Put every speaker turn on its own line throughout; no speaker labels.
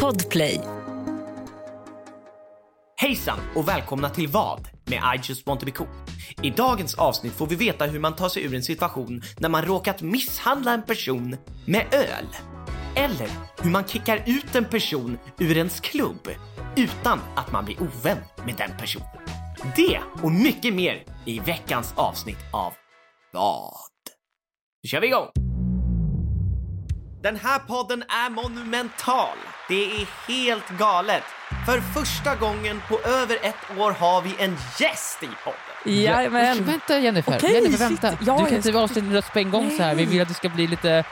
Podplay.
Hejsan och välkomna till Vad med I just want to be cool. I dagens avsnitt får vi veta hur man tar sig ur en situation när man råkat misshandla en person med öl. Eller hur man kickar ut en person ur ens klubb utan att man blir ovän med den personen. Det och mycket mer i veckans avsnitt av Vad. Nu kör vi igång! Den här podden är monumental. Det är helt galet. För första gången på över ett år har vi en gäst i podden.
Jajamän.
Usch, Vänta Jennifer,
Okej,
Jennifer,
shit.
vänta.
Ja,
du
jag
kan inte
ska-
avsluta din röst på en gång så här. Vi vill att du ska bli lite...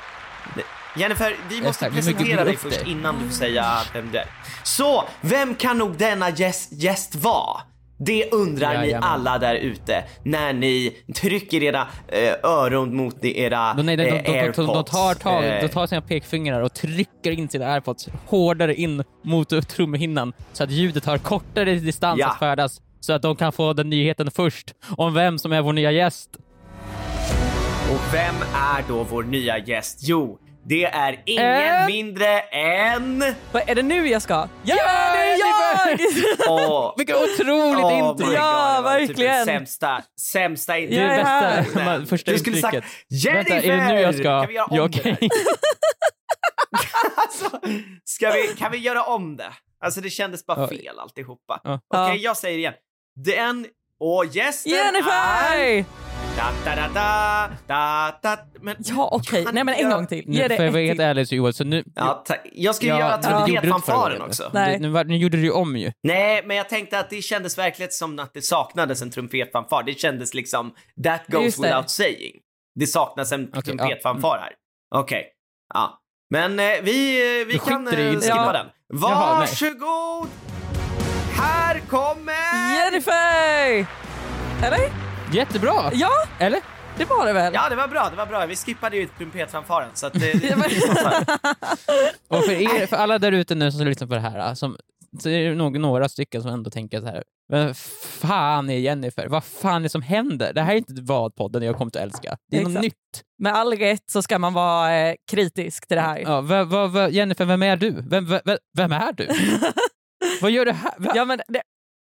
Jennifer, vi måste
tack. Vi bygger
presentera
upp
dig först
dig.
innan du får säga vem du är. Så, vem kan nog denna gäst, gäst vara? Det undrar ni
Jajamän.
alla där ute när ni trycker era eh, öron mot era
De, nej, de, de,
eh,
de, de, de, de,
airpods.
tar tag,
Eh,
de tar sina pekfingrar och trycker in sina airpods hårdare in mot trumhinnan så att ljudet har kortare distans
Ja.
att färdas så att de kan få den nyheten först om vem som är vår nya gäst.
Och vem är då vår nya gäst? Jo, det är ingen
Eh.
Äh?
mindre än...
Vad är det nu jag ska? Ja,
det är
Åh,
Vilket
Oh
otroligt
åh Oh my
intro!
God, det
Ja,
var typ
verkligen.
det sämsta, sämsta
Det är
Jag
det
är här.
bästa man, första
Du skulle
intrycket.
sagt Jennifer!
Vänta, är det nu jag ska?
Kan vi göra om
ja,
det?
okej.
där? Alltså, ska vi, kan vi göra om det? Alltså det kändes bara
Ja.
fel alltihopa.
Ja.
Okej,
Ja.
jag säger det igen. Den och gästen är...
Jennifer!
Da, da, da, da, da, da. Men,
Ja, okej.
Kan
Nej, men en
jag-
gång till.
Nu,
Ge det
för jag
ett
var helt
till.
ärlig så Joel, så nu...
Ja, tack. jag ska ju
Ja,
göra
det gjorde du inte förra
trumpetfanfaren
gången.
också.
Nej.
Nu, nu, nu gjorde du ju om ju.
Nej, men jag tänkte att det kändes verkligen som att det saknades en trumpetfanfar. Det kändes liksom, that goes
Just det.
without saying. Det saknas en
Okej,
trumpetfanfar här. Okej. Ja. Men eh, vi, eh, vi
Då
kan
skiter du i
eh,
det.
skippa
Ja.
den.
Jaha, nej.
Varsågod! Här kommer...
Jennifer! Eller?
Jättebra!
Ja,
Eller?
det var det väl?
Ja, det var bra, det var bra. Vi skippade ju trumpetfanfaren så att... eh, det-
Och för, er, för alla där ute nu som lyssnar på det här, som, så är det nog några stycken som ändå tänker så här. Vem fan är Jennifer? Vad fan är det som händer? Det här är inte vad podden jag kommit att älska. Det är något
Exakt.
nytt.
Med all rätt så ska man vara eh, kritisk till det här.
Ja, v- v- v- Jennifer, vem är du? Vem, v- v- vem är du? vad gör du här? Va?
Ja, men det,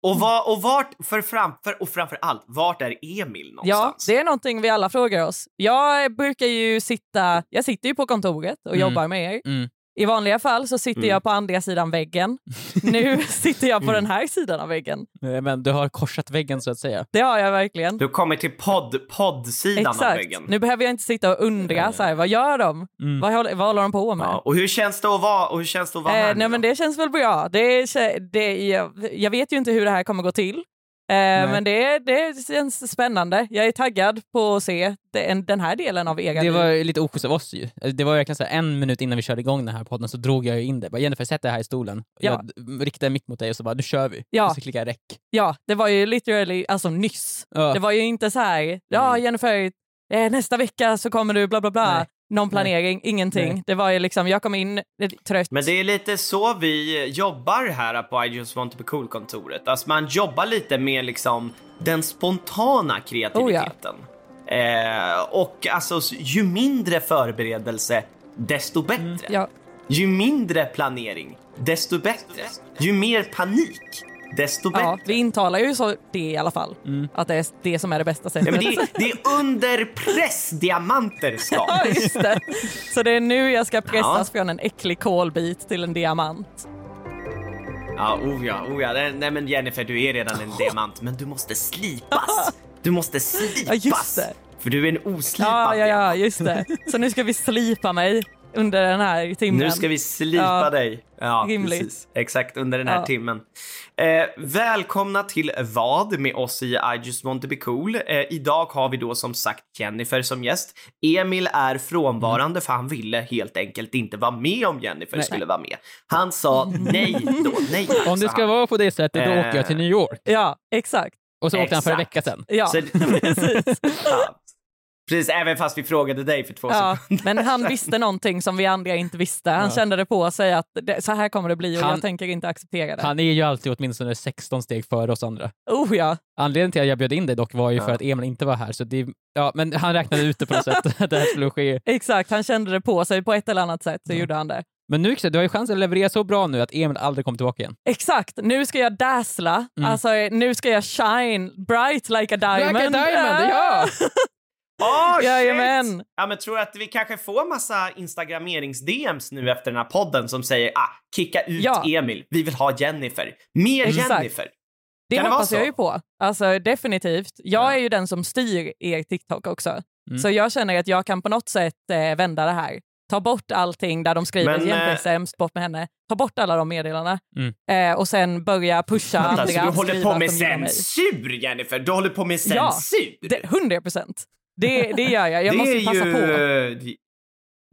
och, var, och vart, för framför, och framför allt, vart är Emil
ja,
någonstans?
det är någonting vi alla frågar oss. Jag brukar ju sitta, jag sitter ju på kontoret och
Mm.
jobbar med er.
Mm.
I vanliga fall så sitter
Mm.
jag på andra sidan väggen. Nu sitter jag på
Mm.
den här sidan av väggen.
Nej, Men du har korsat väggen så att säga.
Det har jag verkligen.
Du kommer till podd, poddsidan av
Exakt.
väggen.
Nu behöver jag inte sitta och undra så här, vad gör de?
Eh. Mm.
Vad, håller, vad håller de på med?
Ja, och hur känns det att vara, och hur känns det att vara här
eh,
nu
nej,
då?
men det känns väl bra. Det är, det, jag, jag vet ju inte hur det här kommer gå till. Eh, men det, det känns spännande. Jag är taggad på att se den, den här delen av era
Det
liv.
var lite oschysst av oss ju. Alltså, Det var verkligen så här, en minut innan vi körde igång den här podden så drog jag ju in det. Bara, Jennifer, sätt dig här i stolen.
Ja.
Jag riktade mitt mot dig och så bara, nu kör vi.
Ja.
Och så klickade jag räck.
Ja, det var ju literally alltså nyss.
Ja. Mm.
Det var ju inte så här, ja Jennifer, eh, nästa vecka så kommer du bla bla bla.
Nej.
Någon planering, ingenting.
Nej.
Det var ju liksom, jag kom in eh, trött.
Men det är lite så vi jobbar här på I just want to be cool-kontoret. Alltså man jobbar lite med liksom den spontana kreativiteten.
Oh,
eh, och alltså s- ju mindre förberedelse, desto bättre.
Mm, ja.
Ju mindre planering, desto bättre. Ju mer panik, desto bättre.
Ja, vi intalar ju så det i alla fall. Att det är det som är det bästa sättet.
Nej, Mm. men det, är- det är under press diamanter
Ja,
skapas.
just det. Så det är nu jag ska pressas
Ja.
från en äcklig kolbit till en diamant.
Ja, oh ja, oh ja. Nej, nej men Jennifer, du är redan en diamant, men du måste slipas. Du måste
Ja,
slipas.
just det.
För du är en oslipad
Ja, ja,
diamant.
ja, just det. Så nu ska vi slipa mig under den här timmen.
Nu ska vi slipa
Ja.
dig. Ja,
Rimligt.
precis. Exakt, under den här
Ja.
timmen. Eh, välkomna till Vad med oss i I just want to be cool. Eh, idag har vi då som sagt Jennifer som gäst. Emil är frånvarande för han ville helt enkelt inte vara med om Jennifer
Nej.
skulle vara med. Han sa nej då, nej.
Om det
sa
ska
han.
vara på det sättet, då
Eh.
åker jag till New York.
Ja, exakt.
Och så åkte han för en
Exakt.
vecka sedan.
Ja,
Så, precis. Ja. Precis, även fast vi frågade dig för två
ja.
sekunder.
Men han visste någonting som vi andra inte visste. Han kände det på sig att det, så här kommer det bli och
Han-
jag tänker inte acceptera det.
Han är ju alltid åtminstone 16 steg före oss andra.
Oh ja.
Anledningen till att jag bjöd in dig dock var ju för
Ja.
att Emil inte var här, så det, ja, men han räknade ut det på något sätt, att det här skulle ske.
Exakt, han kände det på sig på ett eller annat sätt så gjorde han det.
Men nu, du har ju chans att leverera så bra nu att Emil aldrig kommer tillbaka igen.
Exakt, nu ska jag dazzla. Alltså, nu ska jag shine bright like a diamond.
Like a diamond, ja!
Oh, shit!
Jajamän.
Ja, men tror du att vi kanske får massa instagrammerings-DMs nu efter den här podden som säger ah, kicka ut
Ja.
Emil, vi vill ha Jennifer, mer
Exakt.
Jennifer.
Det
Kan det
hoppas
vara så?
jag ju på. Alltså definitivt. Jag är ju den som styr er TikTok också. Så jag känner att jag kan på något sätt eh, vända det här. Ta bort allting där de skriver
Men,
Jennifer är
eh,
sämst, bort med henne. Ta bort alla de meddelandena.
Mm.
Eh, och sen börja pusha
Vänta,
andra.
så Alltså, du
att
håller
skriva
på
att
med
de gillar mig.
censur Jennifer? Du håller på med
Ja,
censur?
Det- 100 procent. Det, det gör jag. Jag måste ju passa på.
på.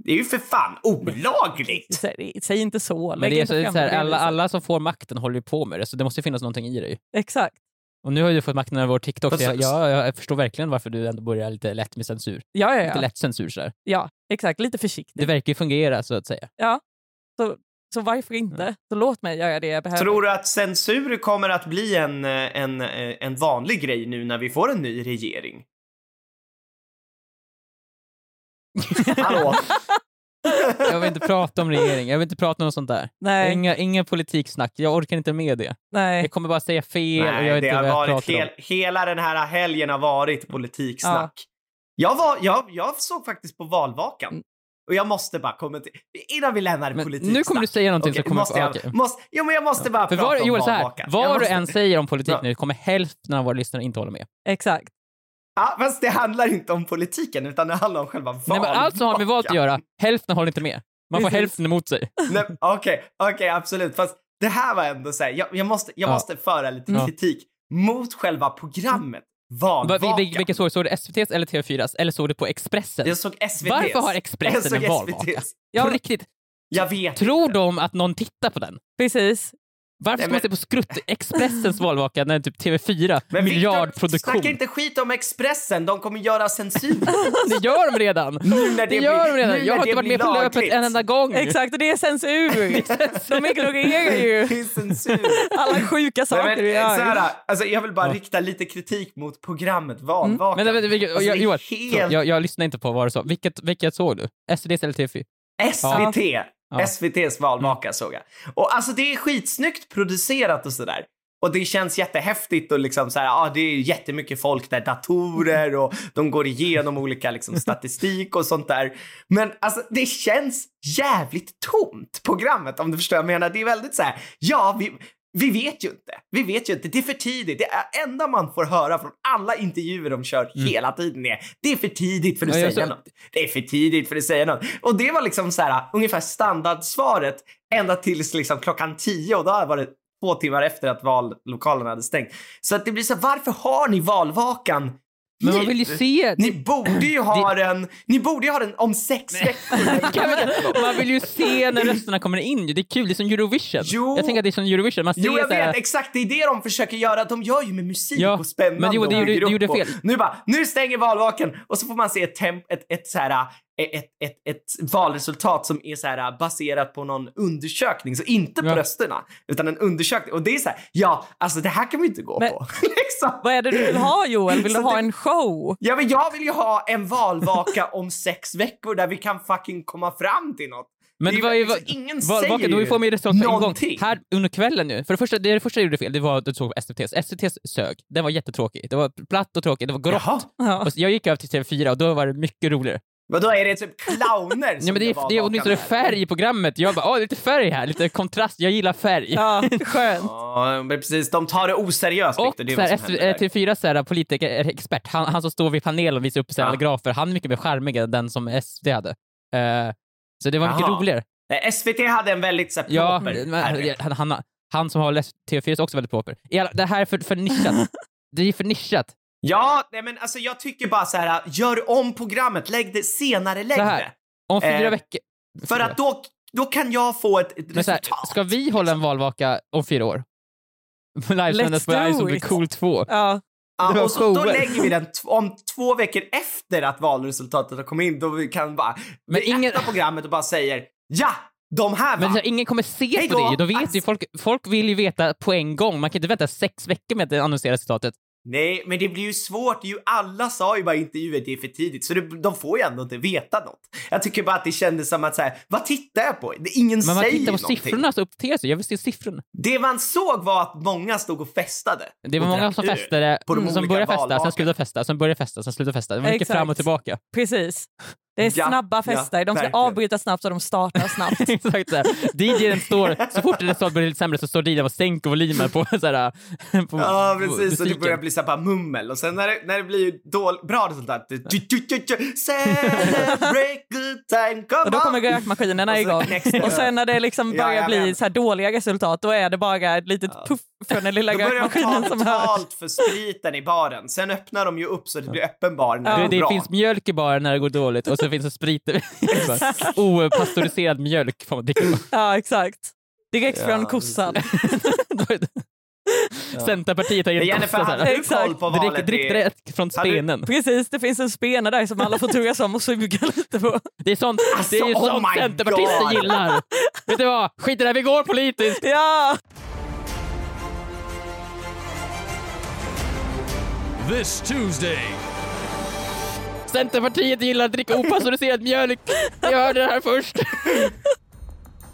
Det är ju för fan olagligt!
Säg, säg inte så.
Men
Lägg
det är
inte
så, det är
fram
så här,
på det
alla,
viset.
alla som får makten håller ju på med det, så det måste ju finnas någonting i dig.
Exakt.
Och nu har du fått makten över vår TikTok, så
Fast-
jag, jag, jag förstår verkligen varför du ändå börjar lite lätt med censur.
Ja, ja,
Lite
ja.
lätt censur sådär.
ja, exakt. Lite
Det
försiktigt.
verkar ju fungera, så att säga.
Så varför inte? Så låt mig göra det jag behöver.
Mm. Tror du att censur kommer att bli en, eh, en, eh, en vanlig grej nu när vi får en ny regering? Hallå?
Jag vill inte prata om regering, jag vill inte prata om något sånt där.
Nej,
Inga, inga politiksnack, jag orkar inte med det.
nej.
Jag kommer bara säga fel och jag
Nej,
vet
det
inte
har
vad jag
varit
pratar om.
hel, hela den här helgen har varit politiksnack. Jag, var, jag, jag såg faktiskt på valvakan. Och jag måste bara kommentera, innan vi lämnar
Mm. Men
politiksnack.
nu kommer du säga någonting
Okej,
som kommer...
måste jag,
okej.
måste, jo, men jag måste bara
För
prata
var,
om
Joel, så här,
valvakan. Jag
vad du
måste-
än säger om politik
Ja.
nu kommer hälften av våra lyssnare inte hålla med.
Exakt.
Ja, fast det handlar inte om politiken, utan det handlar om själva valvakan.
Nej, men allt som har med valet att göra, hälften håller inte med. Man får
Precis.
hälften emot sig.
Nej, Okej, okej, absolut. Fast det här var ändå så här, jag, jag måste, jag
Ja.
måste föra lite
Ja.
kritik mot själva programmet
Va, vil-
Valvakan.
vil- vilka såg du? Såg du SVTs eller TV4s? Eller såg du på Expressen?
Jag såg SVT's.
Varför har
jag
Expressen
såg
en valvaka?
SVT's.
På
Ja,
riktigt,
Jag vet
tror de att någon tittar på den?
precis.
Varför
Nej,
ska man se
men-
på skrutt Expressens valvaka när typ TV4,
Men Victor,
miljardproduktion?
Snacka inte skit om Expressen, de kommer göra censur.
Det gör de redan!
nu när
Det gör de
nu
redan!
när
Jag har
det
inte varit
blir
med på löpet
lagligt.
en enda gång.
Exakt, och det är censur. De ignorerar ju
Det är censur.
alla sjuka
Nej,
saker
men,
du
så
gör.
här, alltså, jag vill bara rikta lite kritik mot programmet Valvakan.
Mm. Men, men, men, vilka-
Alltså,
jag,
det är
Joel,
helt-
jag, jag lyssnar inte på vad du sa. Vilket, vilket såg du? SVTs eller TV4?
SVT.
Ja. Mm.
SVTs valmaka såg jag. Och alltså det är skitsnyggt producerat och sådär. Och det känns jättehäftigt och liksom så här, ah, det är jättemycket folk där, datorer och de går igenom olika liksom, statistik och sånt där. Men alltså det känns jävligt tomt, programmet om du förstår vad jag menar. Det är väldigt så här, ja vi, vi vet ju inte. Vi vet ju inte, det är för tidigt. Det är enda man får höra från alla intervjuer de kör hela tiden är, det är för tidigt för att
Mm. Ja, jag
säga
såg-
något. Det är för tidigt för att säga något. Och det var liksom så här, ungefär standardsvaret ända tills liksom klockan tio och då var det två timmar efter att vallokalen hade stängt. Så att det blir så här, varför har ni valvakan
Men man
hit?
vill ju se...
Ni borde ju ha den, ni borde ju ha den om sex veckor.
Kan vi- Man vill ju se när rösterna kommer in. Det är kul, det är som Eurovision.
Jo.
Jag tänker att det är som Eurovision. Man ser
Jo, jag
så här-
vet exakt. Det är det de försöker göra. De gör ju med musik
Ja,
och spännande
men jo, det
och
gjorde-
bygger
det
upp
gjorde
och-
fel.
Nu bara, nu stänger valvakan och så får man se ett, temp, ett, ett, så här, ett, ett, ett, ett valresultat som är så här, baserat på någon undersökning. Så inte på
Ja.
rösterna, utan en undersökning. Och det är så här, ja, alltså det här kan vi inte gå
Men-
på. liksom.
Vad är det du vill ha Joel? Vill du
Så
ha
det-
en show?
Ja, men jag vill ju ha en valvaka om sex veckor där vi kan fucking komma fram till något.
Men
Det
det
är
var ju...
liksom- ingen
vad-
säger
vad- då vi får med resultat på en gång.
någonting.
Här under kvällen nu. För det första, det, första jag gjorde fel, det var att du såg på SVTs. SVTs sög. Den var jättetråkig. Det var platt och tråkigt. Det var grått.
Jaha,
Ja.
Och så- Jag gick över till TV4 och då var det mycket roligare.
vadå är det typ clowner som
Ja, men det,
gör
är, det är
valvakan
åtminstone
här?
färg i programmet. Jag bara, åh, lite färg här, lite kontrast. Jag gillar färg.
ja, skönt.
Ja, men precis. De tar det oseriöst,
Och
Victor. Det är
så
vad
här,
som
S-
händer där.
eh, TV4 så här, politiker, eh, expert, han, han som står vid panelen och visar upp sina
Ja.
grafer, han är mycket mer charmig än den som SD hade. Eh, så det var mycket
Jaha.
roligare.
Nej, SVT hade en väldigt så här,
Ja,
proper
men-
herre.
han, han, han som har läst TV4 är också väldigt proper. I alla- Det här är för, för nischat. det är för nischat.
ja nej, men alltså jag tycker bara så här, gör om programmet, lägg det senare, lägg
Så här,
det.
Om fyra
Eh,
veckor...
För att då, då kan jag få ett, ett
Men så här,
resultat.
ska vi hålla en valvaka om fyra år? Livesändas på
do
Ice blir
it.
cool 2.
Ja,
det var
ja, och så, då
showen.
lägger vi den t- om två veckor efter att valresultatet har kommit in. Då vi kan bara
Men
vi
ingen-
äta programmet och bara säger ja, de här
Men
vann.
så här, ingen kommer se
Hej
på
då. Alltså-
det ju. Då vet ju
Ass.
folk, folk vill ju veta på en gång. Man kan inte vänta sex veckor med att annonsera resultatet.
Nej, men det blir ju svårt. Ju alla sa ju bara i intervjuer det är för tidigt, så det, de får ju ändå inte veta något. Jag tycker bara att det kändes som att så här, vad tittar jag på? Det- Ingen
Men man
säger
tittar på
någonting.
siffrorna så uppdaterar sig. Jag vill se siffrorna.
Det man såg var att många stod och festade.
Det var
och
många
drack
som
öl.
festade, Mm,
på de
som
olika
började festa,
vallagen.
sen slutade festa, sen började festa, sen slutade festa. Det var mycket
Exakt.
fram och tillbaka.
Precis. Det är
Ja,
snabba fester.
ja,
de ska
verkligen.
avbryta snabbt och de startar snabbt.
Exakt så här. DJn står, så fort det står blir lite sämre så står DJn och sänker volymen på så här, på
Ja,
på
precis. Och det
musiken.
börjar bli så här bara mummel. Och sen när det, när det blir dål, bra resultat... det- tju- tju- tju- tju- Celebrate good time, come
Och då kommer
on!
rökmaskinerna
Och så
igång.
next day.
Och sen när det liksom
Ja,
börjar
jag
bli
vet.
så här dåliga resultat, då är det bara ett litet puff från den lilla
Då börjar de
rökmaskinen
ta
som hörs.
betalt för spriten i baren. Sen öppnar de ju upp så det blir öppen bar när det
Det,
går
det
bra.
finns mjölk i baren när det går dåligt och så finns det sprit i- Opastöriserad mjölk får man dricka.
Ja, exakt. Direkt
Ja,
från kossan.
Centerpartiet har
Men
gett
Jennifer, hade
kostat
du koll
Exakt.
på valet?
Drick, drick
i-
direkt från
Hade du-
stenen.
Precis, det finns en spene där som alla får turas om och suga lite på.
Det är sånt, det är ju
Alltså, oh
sånt
my
centerpartister
God.
gillar. Vet du vad? Skit i det här, vi går politiskt!
Ja!
This Tuesday,
Centerpartiet gillar att dricka opastöriserad mjölk. Jag hörde det här först.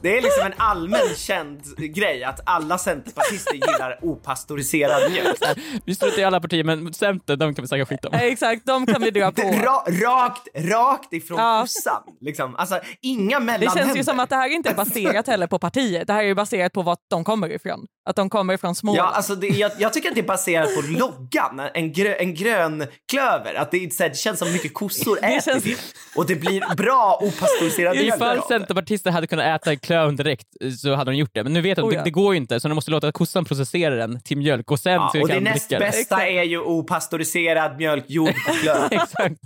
Det är liksom en allmän känd grej att alla centerpartister gillar opastöriserad mjölk.
Vi struntar i alla partier, men Centern, de kan vi säkert skita om.
Nej, Exakt, de kan vi dra på.
Ra, rakt, rakt ifrån
Ja.
kossan. Liksom. Alltså, inga
Det
mellanhänder.
känns ju som att det här inte är baserat heller på partiet. Det här är ju baserat på vart de kommer ifrån. Att de kommer ifrån
Ja,
Småland.
alltså det, jag, jag tycker att det är baserat på loggan, en, grö, en grön klöver. Att det, är så här, det känns som mycket kossor äter
känns-
det. Och det blir bra opastöriserad mjölk
Ifall
av det.
centerpartister hade kunnat äta en klön direkt så hade de gjort det. Men nu vet de att
Oh,
det,
ja.
det går ju inte, så de måste låta kossan processera den till mjölk och sen
Ja,
så
och
kan
det
de
näst
dricka det.
bästa är ju opastöriserad mjölk gjord på klöver.
Exakt.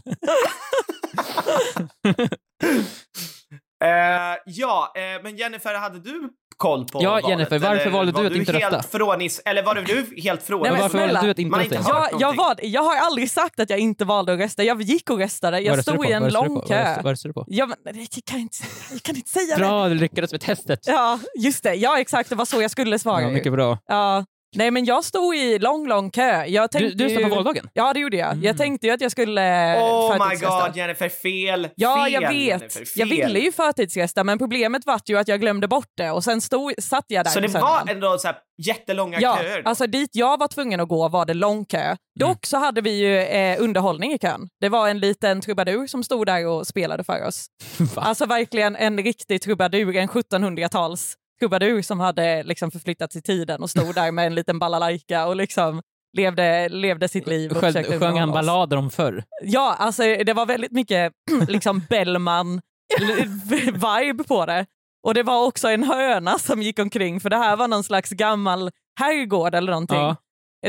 Eh, ja, eh, men Jennifer, hade du koll på
Ja,
valet?
Jennifer, varför
Eller
valde du
var
att inte
helt
rösta?
Frånis, eller var du helt frånis?
Nej, men
varför valde
snälla.
du att inte
Man har inte
rösta?
hört-
Jennifer?
Jag, jag,
någonting.
var, jag har aldrig sagt att jag inte valde att rösta. Jag gick och röstade.
Vad
Jag
röstar du
stod
på?
i en
Vad röstar du
lång
på? Vad röstar-
kö.
Vad röstar du på?
Ja, men, det kan jag, inte, jag kan inte säga det.
Bra, du lyckades med testet.
Ja, just det. Ja, exakt. Det var så jag skulle svara.
Ja,
ju.
mycket bra.
ja. Nej, men jag stod i lång, lång kö. Jag
Du,
tänkte
du röstade
ju...
på Mm. valdagen?
Ja, det gjorde jag. Jag tänkte ju att jag skulle
eh,
Oh my
förtidsrösta.
god, Jennifer, fel!
Ja,
fel,
jag vet.
Jennifer, fel.
Jag ville ju förtidsrösta, men problemet var ju att jag glömde bort det och sen stod, satt jag där
Så
på
det
söndagen.
var ändå så här jättelånga
Ja,
köer? då?
alltså dit jag var tvungen att gå var det lång kö.
Mm.
Dock så hade vi ju eh, underhållning i kön. Det var en liten trubadur som stod där och spelade för oss.
Va?
Alltså verkligen en riktig trubadur, en 1700-tals trubadur som hade liksom förflyttats i tiden och stod där med en liten balalaika och liksom levde, levde sitt liv. Och försökte
Sjöng, sjöng
underhålla
han
oss.
ballader om förr?
Ja, alltså det var väldigt mycket liksom Bellman-vibe på det. Och det var också en höna som gick omkring för det här var någon slags gammal herrgård eller någonting.
Ja.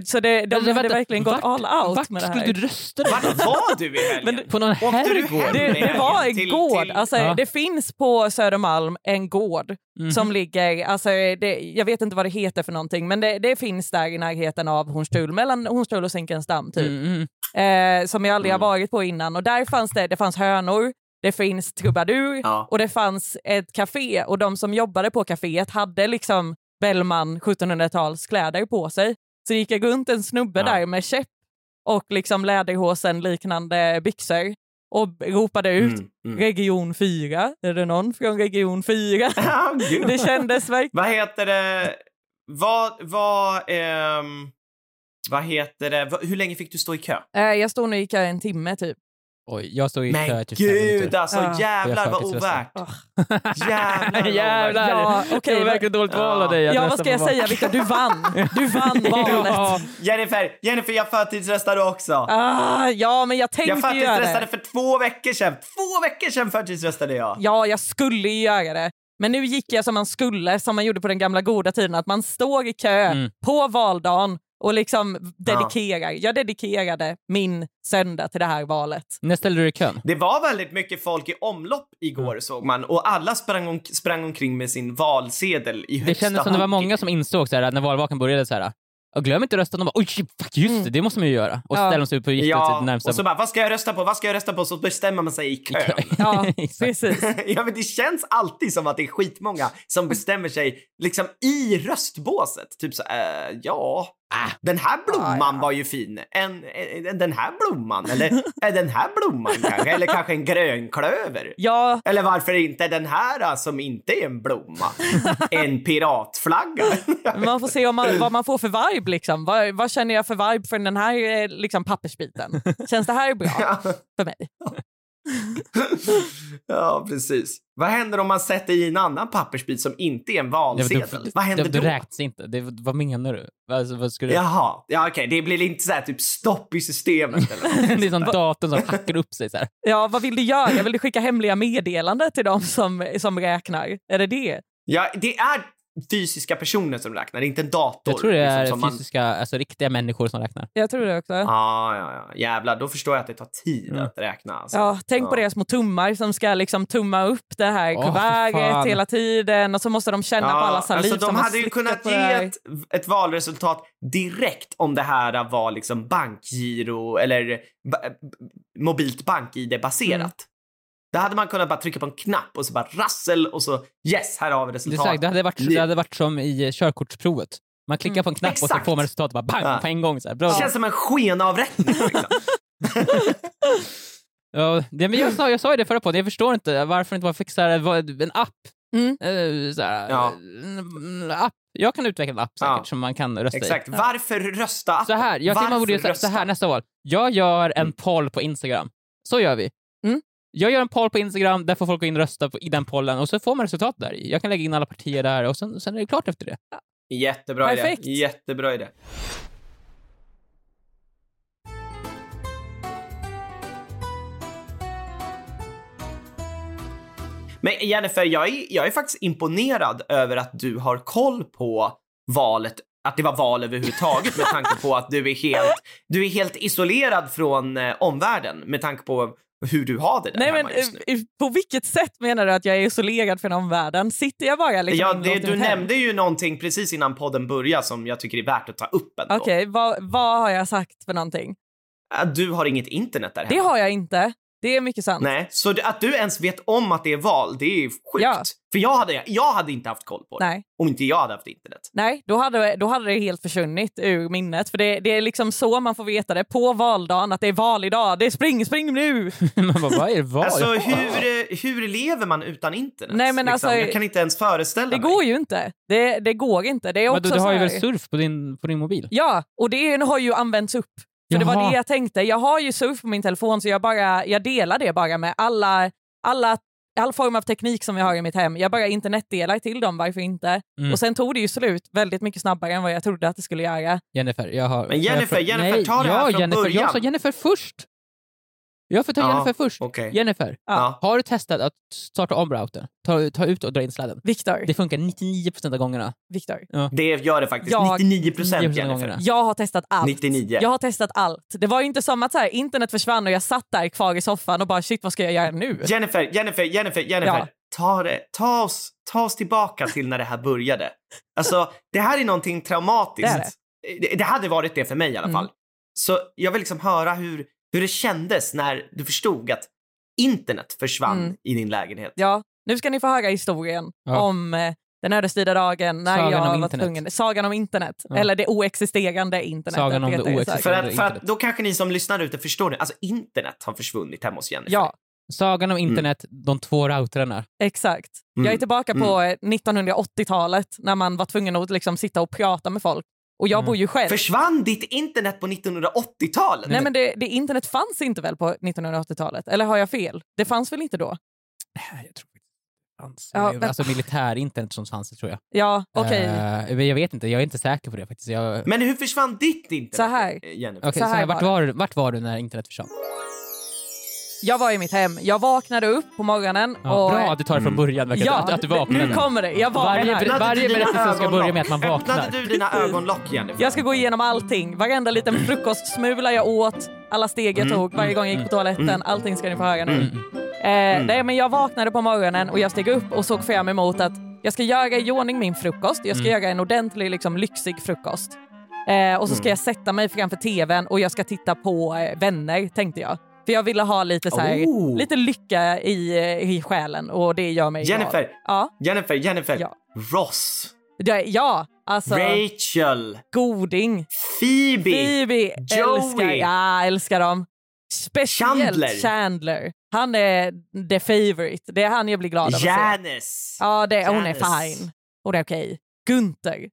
Så det, de
Men
hade
vänta,
verkligen gått
vart-
all out
Vart
med det
skulle
här.
du rösta? då?
Vart var du i helgen?
På någon Mm.
du
herrgård?
hem?
Det, det var en
Till-
gård.
till-
Alltså,
Ja.
Det finns på Södermalm en gård
Mhm.
som ligger, alltså, det, jag vet inte vad det heter för någonting, men det, det finns där i närheten av Hornstull, mellan Hornstull och Zinkensdamm typ.
Mm, mm.
eh, som jag
Mm.
aldrig har varit på innan. Och där fanns det, det fanns hönor, det finns trubadur
Ja.
och det fanns ett café. Och de som jobbade på caféet hade liksom Bellman 1700-tals kläder på sig. Så det gick jag runt en snubbe
Ja.
där med käpp och liksom läderhosen liknande byxor och ropade ut
Mm, mm.
region 4. Är det någon från region 4?
Ah, gud.
det kändes verkligen
Vad heter det? Vad, vad, ehm, vad heter det? Va- Hur länge fick du stå i kö?
Eh, Jag står nu i kö en timme typ.
Oj, jag stod i kö
Men
i 25
gud
minuter.
alltså,
Ja.
jävlar
Jag
vad
faktiskt
ovärt.
röstar.
Jävlar. vad
Jävlar!
ovärt.
Ja, okej,
det var
vad-
verkligen dåligt val av dig att
Ja, vad ska
rösta på
jag
val.
säga Victor? Du vann! Du vann valet!
Ja.
Jennifer, Jennifer jag förtidsröstade också.
Ah, ja, men jag tänkte
Jag
ju göra
förtidsröstade
det.
för två veckor sedan. Två veckor sedan förtidsröstade jag.
Ja, jag skulle ju göra det. Men nu gick jag som man skulle, som man gjorde på den gamla goda tiden, att man står i kö
Mm.
på valdagen och liksom dedikerar. Jag dedikerade min söndag till det här valet.
När ställde du dig i kön?
Det var väldigt mycket folk i omlopp igår
Mm.
såg man och alla sprang, om, sprang omkring med sin valsedel i högsta
Det kändes som det var
hugg.
många som insåg så här, när valvakan började så här. Och glöm inte rösta. De bara, oj, shit, fuck, just det, det måste man ju göra. Och så
Mm. Ja.
ställer de sig upp och gick till
Ja,
sitt närmsta
och så bara, vad ska jag rösta på? Vad ska jag rösta på? Så bestämmer man sig i kö.
Ja,
Exakt.
precis.
ja, men det känns alltid som att det är skitmånga som bestämmer sig liksom i röstbåset. Typ så, eh, ja, Äh, den här blomman var ju fin. En, en, den här blomman, eller är den här blomman kanske? Eller kanske en grönklöver?
Ja,
Eller varför inte den här ah, som inte är en blomma? En piratflagga?
man får se om man, vad man får för vibe. Liksom. Vad, vad känner jag för vibe från den här eh, liksom, pappersbiten? Känns det här bra för mig?
ja, precis. Vad händer om man sätter i en annan pappersbit som inte är en valsedel? Vad händer
det,
då?
det räknas inte. Det, vad menar du? Alltså, vad skulle
Jaha, ja, okej, det blir inte så här typ stopp i systemet eller något.
det är som datorn som hackar upp sig. Så här.
Ja, vad vill du göra? Vill du skicka hemliga meddelanden till dem som, som räknar? Är det det?
Ja, det är fysiska personer som räknar, inte en dator.
Jag tror det
liksom,
är
som man-
fysiska, alltså riktiga människor som räknar.
Jag tror det också.
Ja, ja, ja. Jävlar, då förstår jag att det tar tid
Mm.
att räkna. Alltså.
Ja, tänk på
Ja.
deras små tummar som ska liksom tumma upp det här
Åh, för
kuvertet
fan.
hela tiden och så måste de känna på alla saliv
alltså de
som har
hade ju
slickat
kunnat
på
ge
det här.
ett, ett valresultat direkt om det här var liksom bankgiro eller ba- mobilt bank-id-baserat.
Mm.
Där hade man kunnat bara trycka på en knapp och så bara rassel och så yes, här har vi
Det, är
resultatet.
så här, det, hade varit, det hade varit som i eh, körkortsprovet. Man klickar
Mm.
på en knapp och
Exakt.
så får man resultatet bara bang
Ja.
på en gång. Så här. Bra.
Det känns som en skenavrättning. Liksom.
Ja, det, men jag, sa, jag sa ju det förra podden, jag förstår inte varför inte man fixar vad- en app.
Mm.
Eh, Så här,
Ja.
en app. Jag kan utveckla en app säkert
Ja.
som man kan rösta i.
Exakt. Varför rösta appen?
Så här, jag tycker man borde göra så- så här nästa val. Jag gör
Mm.
en poll på Instagram. Så gör vi.
Mm.
Jag gör en poll på Instagram, där får folk gå in och rösta på, i den pollen och så får man resultat där. Jag kan lägga in alla partier där och sen, sen är det klart efter det.
Jättebra
Perfekt.
idé. Jättebra idé. Men Jennifer, jag är, jag är faktiskt imponerad över att du har koll på valet, att det var val överhuvudtaget med tanke på att du är helt, du är helt isolerad från eh, omvärlden med tanke på hur du har det där
Nej,
hemma
men,
just nu.
eh, på vilket sätt menar du att jag är isolerad från omvärlden? Sitter jag bara liksom
Ja,
inlåst
det,
i
du
mitt hem?
nämnde ju någonting precis innan podden började som jag tycker är värt att ta upp ändå.
Okej, vad, vad har jag sagt för någonting?
Att du har inget internet där hemma.
Det har jag inte. Det är mycket sant.
Nej, så det- att du ens vet om att det är val, det är ju sjukt.
Ja.
För jag hade, jag hade inte haft koll på det
Nej.
om inte jag hade haft internet.
Nej, då hade, då hade det helt försvunnit ur minnet. För det, det är liksom så man får veta det på valdagen, att det är val idag. Det är spring, spring nu!
man bara, vad är det val?
Alltså hur, eh, hur lever man utan internet? liksom?
Nej, men alltså-
jag kan inte ens föreställa
Det
mig.
går ju inte. Det, det går inte. Det är
Men
också
du, du har
så
ju
här...
väl surf på din, på din mobil?
Ja, och det har ju använts upp. För det var
Jaha.
det jag tänkte. Jag har ju surf på min telefon så jag, bara, jag delar det bara med alla, alla, all form av teknik som jag har i mitt hem. Jag bara internetdelar till dem, varför inte?
Mm.
Och sen tog det ju slut väldigt mycket snabbare än vad jag trodde att det skulle göra.
Jennifer, jag har...
Men Jennifer,
jag-
Jennifer, ta det
ja,
här från
Jennifer,
början.
Jag sa Jennifer först! Jag får ta
Ja,
Jennifer först.
Okej.
Jennifer,
Ja.
har du testat att starta om routern? Ta, ta ut och dra in sladden.
Viktor,
Det funkar 99% av gångerna.
Viktor.
Det gör det faktiskt.
Jag-
99 procent
99%
Jennifer.
gångerna.
Jag har testat allt.
99.
Jag har testat allt. Det var ju inte som att så här, internet försvann och jag satt där kvar i soffan och bara shit vad ska jag göra nu?
Jennifer, Jennifer, Jennifer, Jennifer.
Typ. Ja.
Ta, det, ta, oss, ta oss tillbaka till när det här började. Alltså, det här är någonting traumatiskt.
Det är
Det, det hade varit det för mig i alla
Mm.
fall. Så jag vill liksom höra hur, hur det kändes när du förstod att internet försvann
Mm.
i din lägenhet.
Ja, nu ska ni få höra historien
Ja.
om eh, den ödesdigra dagen när
Sagan
jag
om
var
internet.
tvungen. Sagan om internet.
Ja.
Eller det oexisterande internet.
Sagan om det oexisterande.
För
Sagan
att,
om
för att
internet.
då kanske ni som lyssnar ute förstår nu. Alltså internet har försvunnit hemma hos Jennifer.
Ja,
Sagan om internet, de två routrarna.
exakt.
Mm.
Jag är tillbaka på eh, 1980-talet när man var tvungen att liksom sitta och prata med folk. Och jag
Mm.
bor ju själv.
Försvann ditt internet på 1980-talet?
Nej men det, det internet fanns inte väl på 1980-talet? Eller har jag fel? Det fanns väl inte då?
Jag tror inte
Ja, men-
Alltså militärinternet som fanns, det tror jag.
Ja, okej.
Eh, men jag vet inte, jag är inte säker på det faktiskt. Jag...
Men hur försvann ditt internet? eh,
Så här.
Jennifer?
Okej,
så
så
här
här, vart,
var
var, du- vart var du när internet försvann?
Jag var i mitt hem. Jag vaknade upp på morgonen.
Ja,
och,
bra att du tar det från
Mm.
början, verkar
Ja,
det, att, att du vaknade.
nu kommer det. Jag var
Varje-
här.
det-
Öppnade
varje
du dina
berättelse ska börja
ögonlock?
med att man vaknar.
Öppnade du dina ögonlock, Jennifer?
Jag ska gå igenom allting. Varenda liten frukostsmula jag åt, alla steg
Mm.
jag tog, varje gång jag gick på toaletten. Allting ska ni få höra nu.
Mm.
Eh, nej, men jag vaknade på morgonen och jag steg upp och såg fram emot att jag ska göra i ordning min frukost. Jag
Mm.
ska göra en ordentlig, liksom, lyxig frukost. Eh, och så
Mm.
ska jag sätta mig framför tvn och jag ska titta på eh, Vänner, tänkte jag. För jag ville ha lite, så här,
Oh.
lite lycka i, eh, i själen och det gör mig glad.
Jennifer.
Ja,
Jennifer, Jennifer.
Ja.
Ross.
Det, ja, alltså
Rachel,
Goding,
Phoebe,
Phoebe,
Joey.
älskar, ja, älskar dem. Speciellt
Chandler.
Chandler. Han är the favorite. Det är han jag blir glad av att se.
Janice. Ah,
Ja, det, hon är
Janice.
fine. Hon är okej. Gunther.